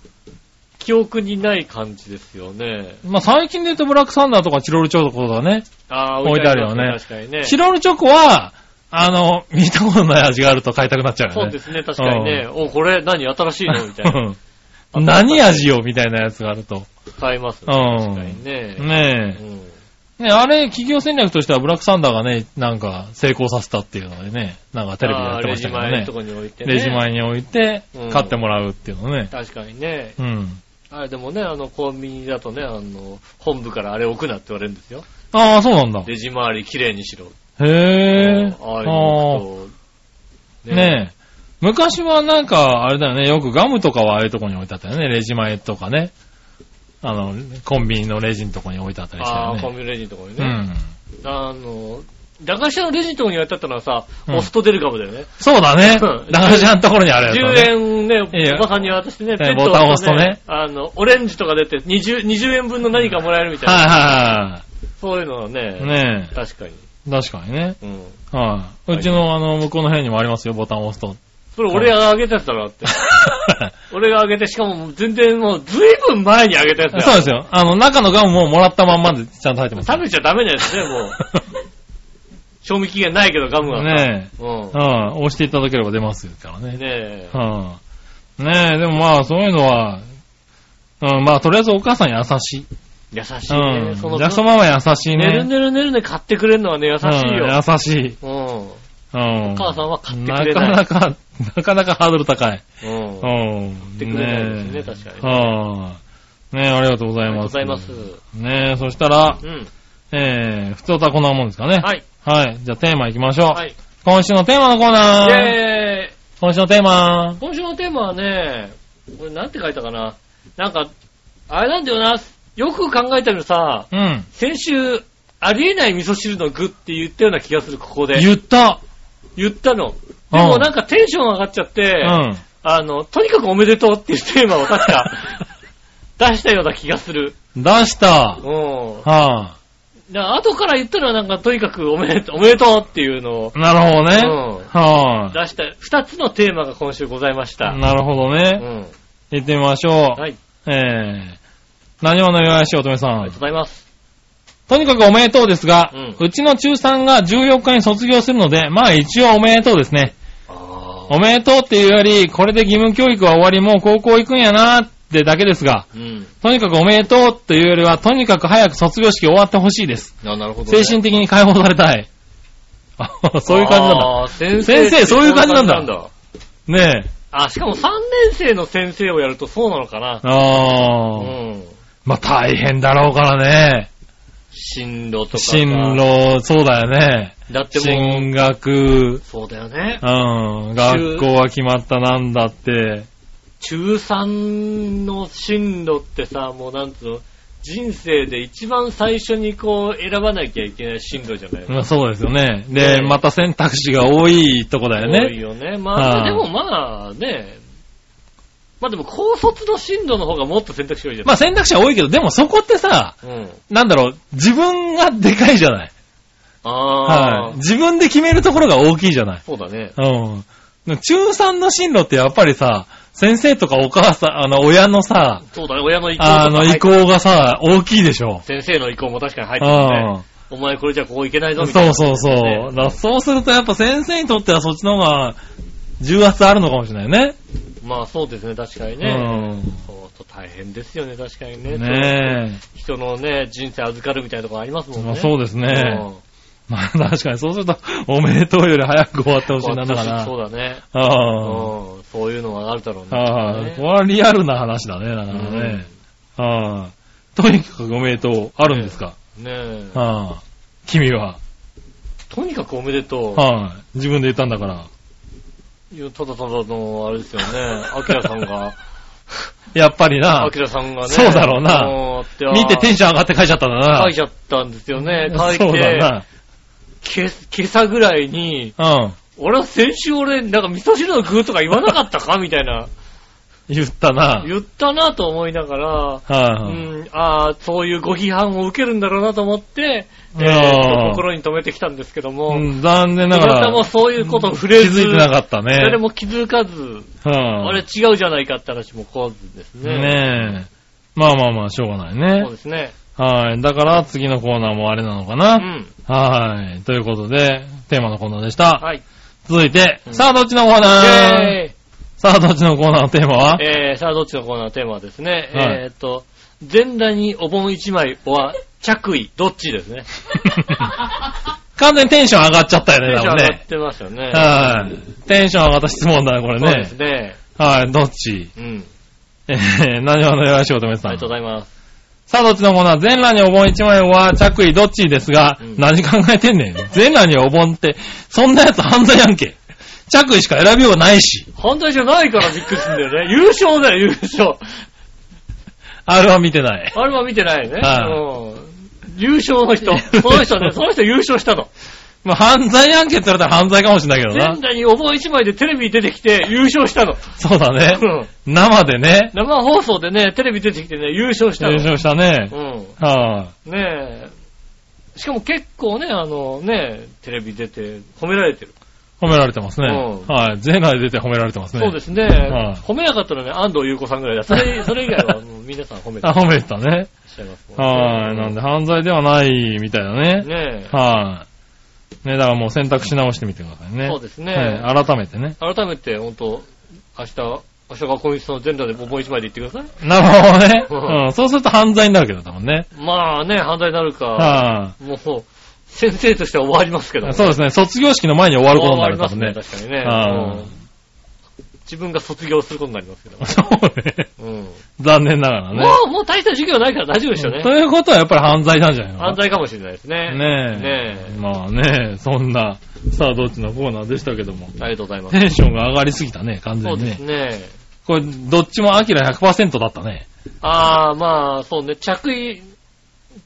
Speaker 2: 記憶にない感じですよね。
Speaker 3: い。まあ、最近で言うとブラックサンダーとかチロルチョコとかね。
Speaker 2: ああ、
Speaker 3: 置いてあるよね
Speaker 2: 確かにね。
Speaker 3: チロルチョコは、あの、見たことない味があると買いたくなっちゃうよね。
Speaker 2: そうですね、確かにね。お、これ何新しいのみたいな。
Speaker 3: うん何味よみたいなやつがあると。
Speaker 2: 買いますね。
Speaker 3: うん
Speaker 2: 確かにね。う
Speaker 3: ね
Speaker 2: ん
Speaker 3: え。ねあれ、企業戦略としてはブラックサンダーがね、なんか成功させたっていうのでね、なんかテレビでや
Speaker 2: あー
Speaker 3: ってま
Speaker 2: レ
Speaker 3: し
Speaker 2: ジ
Speaker 3: たけど
Speaker 2: 前の
Speaker 3: ね
Speaker 2: と。こに置いてね。
Speaker 3: レジ前に置いて
Speaker 2: うん、
Speaker 3: 買ってもらうっていうのね。
Speaker 2: 確かにね。
Speaker 3: うん。
Speaker 2: あれでもね、あの、コンビニだとね、あの、本部からあれ置くなって言われるんですよ。
Speaker 3: ああ、そうなんだ。へ
Speaker 2: レジ周りきれいにしろ。
Speaker 3: え。
Speaker 2: ああいう
Speaker 3: ああ。
Speaker 2: の置くと
Speaker 3: ねえ。昔はなんか、あれだよね、よくガムとかはああいうとこに置いてあったよね。レジ前とかね。あの、コンビニのレジのとこに置いてあったりした
Speaker 2: あ
Speaker 3: よ
Speaker 2: あ、
Speaker 3: ね。
Speaker 2: コンビニレジのとこに
Speaker 3: う
Speaker 2: ね。
Speaker 3: ん。
Speaker 2: あの、駄菓子屋のレジのとこにやってあったのはさ、
Speaker 3: うん
Speaker 2: 押すと出るガムだよね。
Speaker 3: そうだね
Speaker 2: うん。
Speaker 3: 駄菓子屋のところにあるやつだ
Speaker 2: 10
Speaker 3: ね。
Speaker 2: 円
Speaker 3: い
Speaker 2: ね、
Speaker 3: や
Speaker 2: おばさんに渡してね、
Speaker 3: え
Speaker 2: ペット
Speaker 3: ボタンを押すとね
Speaker 2: あの、オレンジとか出て20、20円分の何かもらえるみたいな。
Speaker 3: は
Speaker 2: そういうのはね
Speaker 3: いはいはい。、ね
Speaker 2: 確かに。
Speaker 3: え。確かにね。
Speaker 2: うん。
Speaker 3: はい。うちの、あの、向こうの部屋にもありますよ、ボタンを押す と。
Speaker 2: それ俺があげたやつだろって。俺があげて、しかも全然もう随分前にあげたやつだよ
Speaker 3: そうですよ。あの、中のガムももらったまんまでちゃんと入ってます。
Speaker 2: 食べちゃダメなやつね、も う。賞味期限ないけどガムが。
Speaker 3: ねえ。
Speaker 2: うん
Speaker 3: う。ん。押していただければ出ますからね。
Speaker 2: ねえ。
Speaker 3: はい。ねえ、でもまあ、そういうのは、うん、まあ、とりあえずお母さん優しい。
Speaker 2: 優しいうね。そ
Speaker 3: ん。
Speaker 2: の
Speaker 3: ジャクソンママ優しい
Speaker 2: ねる
Speaker 3: ね。
Speaker 2: ねるねるね買ってくれるのはね、優しい
Speaker 3: うん
Speaker 2: よ。
Speaker 3: 優しい。
Speaker 2: うん。
Speaker 3: うん。
Speaker 2: お母さんは買ってく
Speaker 3: な
Speaker 2: れ
Speaker 3: か
Speaker 2: ない。
Speaker 3: なか、なかなかハードル高い。
Speaker 2: うん。
Speaker 3: う
Speaker 2: あ
Speaker 3: ん。
Speaker 2: てくれないですね確かに
Speaker 3: はい。ねえ、ありがとうござい
Speaker 2: りがとう
Speaker 3: ま
Speaker 2: ご
Speaker 3: す。
Speaker 2: ざいます。
Speaker 3: ねえ、そしたら、
Speaker 2: うん。
Speaker 3: えー、普通はこんなもんですかね。
Speaker 2: はい。
Speaker 3: はい。じゃあテーマ行きましょう。
Speaker 2: はい。
Speaker 3: 今週のテーマのコーナー。
Speaker 2: イェーイ
Speaker 3: 今週のテーマ
Speaker 2: 今週のテーマはね、これなんて書いたかななんか、あれなんだよな。よく考えたらさ、
Speaker 3: うん。
Speaker 2: 先週、ありえない味噌汁の具って言ったような気がする、ここで。
Speaker 3: 言った。
Speaker 2: 言ったの。でもなんかテンション上がっちゃって、
Speaker 3: うん。
Speaker 2: あの、とにかくおめでとうっていうテーマを確か、 出したような気がする。
Speaker 3: 出した。
Speaker 2: うん。
Speaker 3: は
Speaker 2: だから後から言ったのはなんかとにかくおめでとう、おめでとうっていうのを
Speaker 3: あ。なるほどね。
Speaker 2: うん
Speaker 3: は
Speaker 2: 出した、二つのテーマが今週ございまし
Speaker 3: あ。
Speaker 2: た。
Speaker 3: なるほど
Speaker 2: う
Speaker 3: ね。
Speaker 2: ん。
Speaker 3: 行ってみましょう。
Speaker 2: はい。
Speaker 3: えー、何話の弱いし乙女さ
Speaker 2: ありがとうんご。ざいます。
Speaker 3: とにかくおめでとうですが、
Speaker 2: う
Speaker 3: うんちの中3が14日に卒業するので、まあ一応おめでとうですね。
Speaker 2: あ
Speaker 3: おめでとうっていうより、これで義務教育は終わり、もう高校行くんやなーってだけですが、
Speaker 2: うん。
Speaker 3: とにかくおめでとうというよりは、とにかく早く卒業式終わってほしいです。
Speaker 2: あ、なるほど、
Speaker 3: 精神的に解放されたい。あ そういう感じなんだ。
Speaker 2: だ。先
Speaker 3: 生
Speaker 2: って
Speaker 3: そういう感じなんだ
Speaker 2: そ
Speaker 3: ねえ。
Speaker 2: あ、しかも3年生の先生をやるとそうなのかな。う
Speaker 3: ああ、
Speaker 2: ん。
Speaker 3: まあ大変だろうからね。
Speaker 2: 進路とかさ。
Speaker 3: 進路、そうだよね。
Speaker 2: だってもう、
Speaker 3: 進学、
Speaker 2: そうだよね
Speaker 3: う。ん、学校は決まったなんだって。
Speaker 2: 中3の進路ってさ、もうなんつうの、人生で一番最初にこう選ばなきゃいけない進路じゃない
Speaker 3: まあそうですよね。
Speaker 2: ねえ
Speaker 3: で、また選択肢が多いとこだよ
Speaker 2: 多い
Speaker 3: ね。
Speaker 2: よね。まあ、
Speaker 3: はい
Speaker 2: でもまあね、まあでも高卒の進路の方がもっと選択肢多いじゃな
Speaker 3: ま
Speaker 2: い
Speaker 3: あ選択肢は多いけど、でもそこってさ、
Speaker 2: うん。
Speaker 3: なんだろう、自分がでかいじゃない。
Speaker 2: ああ、
Speaker 3: はい。自分で決めるところが大きいじゃない。
Speaker 2: そうだね。
Speaker 3: うん。中3の進路ってやっぱりさ、先生とかお母さん、あの、親のさ、
Speaker 2: そうだね、親の意向とか
Speaker 3: あの、
Speaker 2: 入っ
Speaker 3: 意向がさ、大きいでしょ。
Speaker 2: 先生の意向も確かに入って
Speaker 3: う
Speaker 2: るよね。
Speaker 3: ん。
Speaker 2: お前これじゃここ行けないぞみたい
Speaker 3: そ
Speaker 2: な。
Speaker 3: うそうそう。
Speaker 2: ね
Speaker 3: だからそうするとやっぱ先生にとってはそっちの方が重圧あるのかもしれないね。
Speaker 2: まあそうですね、確かにね。そうと大変ですよね、確かに
Speaker 3: う
Speaker 2: ね。
Speaker 3: ん。ね
Speaker 2: 人のね、人生預かるみたいなところありますも
Speaker 3: え。
Speaker 2: ん
Speaker 3: まあ
Speaker 2: ね。
Speaker 3: そうですね。
Speaker 2: う
Speaker 3: まあ確かに、そうすると、おめでとうより早く終わってほしいなんだか
Speaker 2: 私
Speaker 3: ら。
Speaker 2: そうだね。う
Speaker 3: あ
Speaker 2: ん。そういうのがあるだろう
Speaker 3: あ。
Speaker 2: ね。
Speaker 3: ああ
Speaker 2: ね
Speaker 3: これはリアルな話だね、だからね。ああ。とにかくおめでとう、あるんですか。
Speaker 2: ねえ。
Speaker 3: ああ。君は。
Speaker 2: とにかくおめでと
Speaker 3: はい。自分で言ったんだから。
Speaker 2: う。いやただただの、あれですよね。アキラ さんが、
Speaker 3: やっぱりな
Speaker 2: ア。キラさんがね。
Speaker 3: そうだろうな
Speaker 2: な
Speaker 3: 見てテンション上がって書いちゃったんだな。
Speaker 2: 書いちゃったんですよね。書い
Speaker 3: そう
Speaker 2: て、
Speaker 3: だ
Speaker 2: け今朝ぐらいに、
Speaker 3: な。うん。
Speaker 2: 俺は先週俺、なんか味噌汁の具とか言わなかったかみたいな、
Speaker 3: 言ったな。
Speaker 2: 言ったなと思いながら、う
Speaker 3: はい、
Speaker 2: ん、ああ、そういうご批判を受けるんだろうなと思って、えー
Speaker 3: あー
Speaker 2: 心に留めてきたんですけども、
Speaker 3: うん残念な
Speaker 2: 皆
Speaker 3: が
Speaker 2: さんも
Speaker 3: ら、
Speaker 2: そういうことを触
Speaker 3: 気
Speaker 2: れず、
Speaker 3: づいてなかったね。
Speaker 2: 誰も気づかず、
Speaker 3: うん、
Speaker 2: あれ違うじゃないかって話もこうですね。
Speaker 3: ねえ。まあまあまあ、しょうがない
Speaker 2: そう
Speaker 3: ね
Speaker 2: で。すね。
Speaker 3: はい。だから、次のコーナーもあれなのか
Speaker 2: う
Speaker 3: な。
Speaker 2: ん。
Speaker 3: はい。ということで、テーマのコーナーでした。
Speaker 2: はい。
Speaker 3: 続いて、
Speaker 2: うん
Speaker 3: さあ、どっちのコーナー
Speaker 2: イェーイ
Speaker 3: さあ、どっちのコーナーのテーマは
Speaker 2: えー、さあ、どっちのコーナーテーマはですね。
Speaker 3: はい
Speaker 2: えーっと、全裸にお盆一枚は着衣、どっちですね。
Speaker 3: 完全にテンション上がっちゃったよ
Speaker 2: テ
Speaker 3: ね、
Speaker 2: ン
Speaker 3: 多
Speaker 2: ション
Speaker 3: 分
Speaker 2: 上がっ
Speaker 3: ね。
Speaker 2: てますよね。
Speaker 3: はい。テンション上がった質問だね、これ
Speaker 2: そうです
Speaker 3: ね。
Speaker 2: ね。
Speaker 3: はい、どっ ち
Speaker 2: うん。
Speaker 3: えー、何話のよしおとめ
Speaker 2: あ
Speaker 3: さ
Speaker 2: り
Speaker 3: ん
Speaker 2: がとう。ございます。
Speaker 3: さあ、どっちのコーナー全裸にお盆一枚は着衣どっちですが、
Speaker 2: うん
Speaker 3: 何考えてんねん。全裸にお盆って、そんなやつ犯罪やんけ。着衣しか選びようないし。
Speaker 2: 反対じゃないからびっくりするんだ よね。優勝だよ、優勝。
Speaker 3: あれは見てない。
Speaker 2: あれは見てないよね。
Speaker 3: は
Speaker 2: うん優勝の人。その人 ね、その人優勝したの。
Speaker 3: まあ、犯罪やんけって言われたら犯罪かもしれないけど
Speaker 2: 全
Speaker 3: な。
Speaker 2: 裸にお盆一枚でテレビに出てきて優勝したの。
Speaker 3: そう だ
Speaker 2: う
Speaker 3: ね。
Speaker 2: ん
Speaker 3: 生でね、
Speaker 2: 生放送でね、テレビ出てきてね、優勝した
Speaker 3: 優
Speaker 2: の。
Speaker 3: 勝したね。
Speaker 2: うん。
Speaker 3: は
Speaker 2: ねえ。しかも結構ね、あのね、テレビ出て褒められてる。
Speaker 3: い、褒められてますね。
Speaker 2: うん
Speaker 3: はい、全裸で出て褒められてますね。
Speaker 2: そうですね。
Speaker 3: はい
Speaker 2: 褒めなかったのはね、安藤優子さんぐらいだ。そ れ、それ以外はもう皆さん褒めて
Speaker 3: あ、
Speaker 2: らっ
Speaker 3: 褒めてたね。
Speaker 2: しゃいますもんね。
Speaker 3: はい、なんで犯罪ではないみたいだね。
Speaker 2: ねえ。
Speaker 3: はい、ね、だからもう選択し直してみてくださいね。
Speaker 2: そうですね
Speaker 3: はい改めてね。
Speaker 2: 改めて、本当明日、明日が今月の全裸でボンボン一枚で行ってくださ
Speaker 3: なるほど
Speaker 2: う
Speaker 3: ね。うん。そうすると犯罪になるけど、多分ね。
Speaker 2: い。まあね、犯罪になるか、
Speaker 3: は
Speaker 2: もう、先生としては終わりますけど、
Speaker 3: い。そうですね。卒業式の前に終わることになる、
Speaker 2: 終わ
Speaker 3: 多
Speaker 2: りま
Speaker 3: 分ね
Speaker 2: す。ね、確かにね。
Speaker 3: は
Speaker 2: うん自分が卒業することになりますけど。
Speaker 3: そうね。
Speaker 2: うん
Speaker 3: 残念ながらね。
Speaker 2: もう、もう大した授業ないから大丈夫でしょうね。
Speaker 3: ということはやっぱり犯罪なんじゃないの
Speaker 2: 犯罪かもしれないですね。
Speaker 3: ねえ。
Speaker 2: ね
Speaker 3: まあねそんな、さあどっちのコーナーでしたけども。
Speaker 2: え。ありがとうございます。
Speaker 3: テンションが上がりすぎたね、完
Speaker 2: そ
Speaker 3: 全
Speaker 2: う
Speaker 3: に
Speaker 2: です
Speaker 3: ね。
Speaker 2: ね。
Speaker 3: これ、どっちもアキラ100%だったね。
Speaker 2: ああ、まあ、そうね、着衣、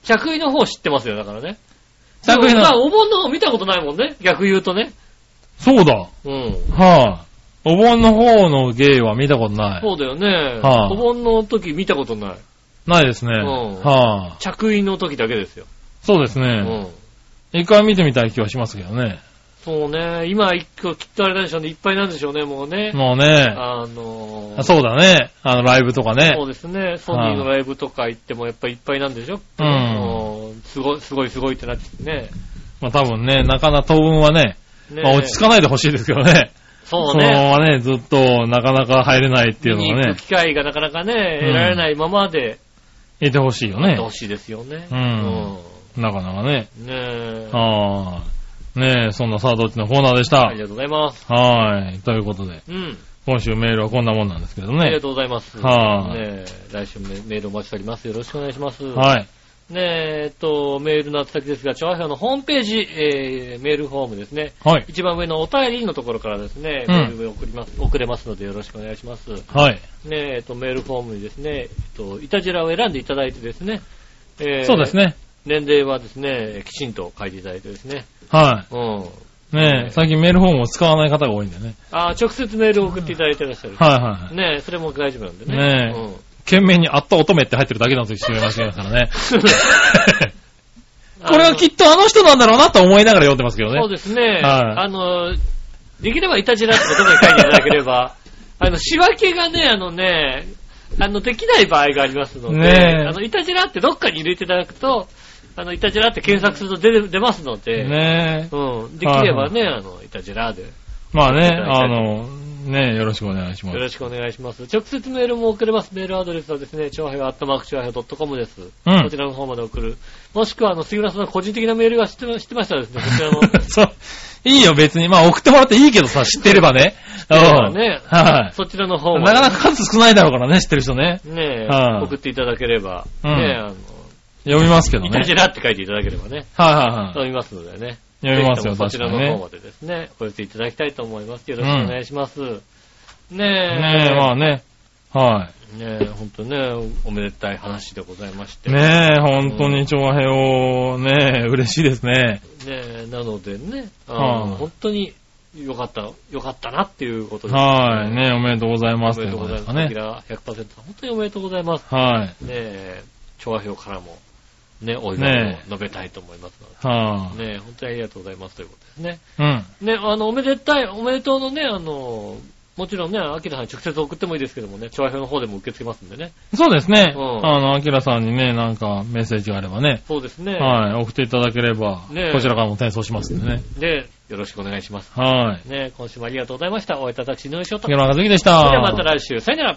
Speaker 2: 着衣の方知ってますよ、だからね。
Speaker 3: 着衣の
Speaker 2: まあ、お盆の方見たことないもんね、逆言うとね。
Speaker 3: そうだ。
Speaker 2: うん。
Speaker 3: はい、お盆の方の芸は見たことない。
Speaker 2: そうだよね。
Speaker 3: はい
Speaker 2: お盆の時見たことない。
Speaker 3: ないですね。
Speaker 2: ん
Speaker 3: はい、
Speaker 2: 着衣の時だけですよ。
Speaker 3: そうです
Speaker 2: う
Speaker 3: ね。
Speaker 2: ん。
Speaker 3: 一回見てみたい気はしますけどね。
Speaker 2: そうね、今一個きっとあれなんでしょうね、いっぱいなんでしょうね、もうね。
Speaker 3: もうね、
Speaker 2: あのー
Speaker 3: そうだね。あの、ライブとかね
Speaker 2: そ。うですね、ソニーのライブとか行ってもやっぱりいっぱいなんでしょ
Speaker 3: うん
Speaker 2: うんすごい、すごい、すごいってなってね。
Speaker 3: まあ多分ね、なかなか当分はね、
Speaker 2: ね
Speaker 3: まあ落ち着かないでほしいですけどね。
Speaker 2: そう
Speaker 3: その
Speaker 2: ね。
Speaker 3: ままね、ずっとなかなか入れないっていう
Speaker 2: 見に
Speaker 3: のが
Speaker 2: 行
Speaker 3: ね
Speaker 2: く、機会がなかなかね、得られないままで、
Speaker 3: いてほしいよね。
Speaker 2: ほしいですよね。
Speaker 3: うんなかなかね。
Speaker 2: うん。ねえ。
Speaker 3: ああ。ねえ、そんなさあどっちのコーナーでした
Speaker 2: あ。りがとうございます。
Speaker 3: はい。ということで、
Speaker 2: うん。
Speaker 3: 今週メールはこんなもんなんですけ
Speaker 2: あ
Speaker 3: ど
Speaker 2: りが
Speaker 3: ね。
Speaker 2: とうございます。
Speaker 3: は
Speaker 2: ね
Speaker 3: い
Speaker 2: え、来週もメメールお待ちしております。よろしくお願いします。
Speaker 3: はい。
Speaker 2: ねえ、えっと、メールの宛先ですが、調和表のホームページ、えー、メールフォームですね。
Speaker 3: はい。
Speaker 2: 一番上のお便りのところからですね、
Speaker 3: うん
Speaker 2: メールを送ります、送れますのでよろしくお願いします。ね
Speaker 3: はい。
Speaker 2: え、えっと、メールフォームにですね、えっと、いたじらを選んでいただいてですね、えー
Speaker 3: そうですね。
Speaker 2: 年齢はですね、きちんと書いていただいてですね。
Speaker 3: は
Speaker 2: うん。
Speaker 3: い。ねえ、最近メールフォームを使わない方が多いんだよね。
Speaker 2: あー直接メールを送っていただいてらっしゃる。
Speaker 3: はいはいはい。
Speaker 2: ねえ、それも大丈夫なん でね。
Speaker 3: ねえ懸命にあった乙女って入ってるだけなんですよ、間違いだからね。
Speaker 2: うん、
Speaker 3: これはきっとあの人なんだろうなと思いながら読んでますけど
Speaker 2: あのそう
Speaker 3: ね。
Speaker 2: ですね。
Speaker 3: はい
Speaker 2: あの、できればいたじらってことで書いていただけれ ば、あの、仕分けがね、あのね、あの、できない場合がありますので、
Speaker 3: ねえ
Speaker 2: あの、いたじらってどっかに入れていただくと、あの、いたじらって検索すると出る出ますので、
Speaker 3: ねえ。
Speaker 2: うん、できればね、あの、いたじらで。
Speaker 3: まあね、
Speaker 2: いただきたい
Speaker 3: あの、ねえ、よろしくお願いします
Speaker 2: よ。ろしくお願いします。直接メールも送れます。メールアドレスはですね、超平アットマーク超平 .com です。
Speaker 3: うん
Speaker 2: こちらの方まで送る。もしくは、あの、杉村さんの個人的なメールが知ってま知ってましたらですね、こちら の。
Speaker 3: そう。いいよ、別に。まあ、送ってもらっていいけどさ、知ってればね。
Speaker 2: だからね、
Speaker 3: うんはい。
Speaker 2: そちらの方
Speaker 3: な
Speaker 2: まで
Speaker 3: かなか数少ないだろうからね、知ってる人ね。
Speaker 2: ねえ、
Speaker 3: うん
Speaker 2: 送っていただければ、
Speaker 3: うん
Speaker 2: ねえ、あの、
Speaker 3: 読みますけど
Speaker 2: イ
Speaker 3: ね。
Speaker 2: タ
Speaker 3: はい
Speaker 2: ジラって書いていただければね、
Speaker 3: はいはい。
Speaker 2: 読みますのでね。
Speaker 3: 読みます
Speaker 2: ぜ
Speaker 3: よ、
Speaker 2: ひともそ
Speaker 3: 確
Speaker 2: ち
Speaker 3: からに
Speaker 2: の方
Speaker 3: ね。
Speaker 2: までですね、お寄せいただきたいと思います。よろしくお願いします。ねえ、
Speaker 3: ねえ、まあね。は
Speaker 2: ねえ、ほんとね、おめでたい話でございまして。
Speaker 3: い。ねえ、本当に長平を、ねえ、嬉しいですね。
Speaker 2: ねえ、なのでね、
Speaker 3: は
Speaker 2: あ
Speaker 3: い
Speaker 2: の本当に良かった、良かったなっていうことです。
Speaker 3: はい。ねえ、おめでとうございま
Speaker 2: お
Speaker 3: す。
Speaker 2: めでとうござい
Speaker 3: と
Speaker 2: ま
Speaker 3: い
Speaker 2: す。
Speaker 3: ことで
Speaker 2: ね、
Speaker 3: すかね。
Speaker 2: 100%、本当におめでとうございます。
Speaker 3: はい。
Speaker 2: ねえ、調和表からも、ね、お祝いを述べたいと思いますの
Speaker 3: は
Speaker 2: で、ねえ、本当にありがとうございますということですね。
Speaker 3: い。うん。
Speaker 2: ね、あの、おめでたい、おめでとうのね、あの、もちろんね、アキラさんに直接送ってもいいですけどもね、調和表の方でも受け付けますんでね。
Speaker 3: そうですね。
Speaker 2: うん
Speaker 3: あの、アキラさんにね、なんかメッセージがあればね。
Speaker 2: そうですね。
Speaker 3: はい。送っていただければ、
Speaker 2: ねえ
Speaker 3: こちらからも転送しますんでね。
Speaker 2: で、よろしくお願いします。
Speaker 3: はい。
Speaker 2: ね、今週もありがとうございました。お会いいただき、井上翔太。
Speaker 3: 杉村和樹でし
Speaker 2: そ
Speaker 3: た。
Speaker 2: れではまた来週、さよなら。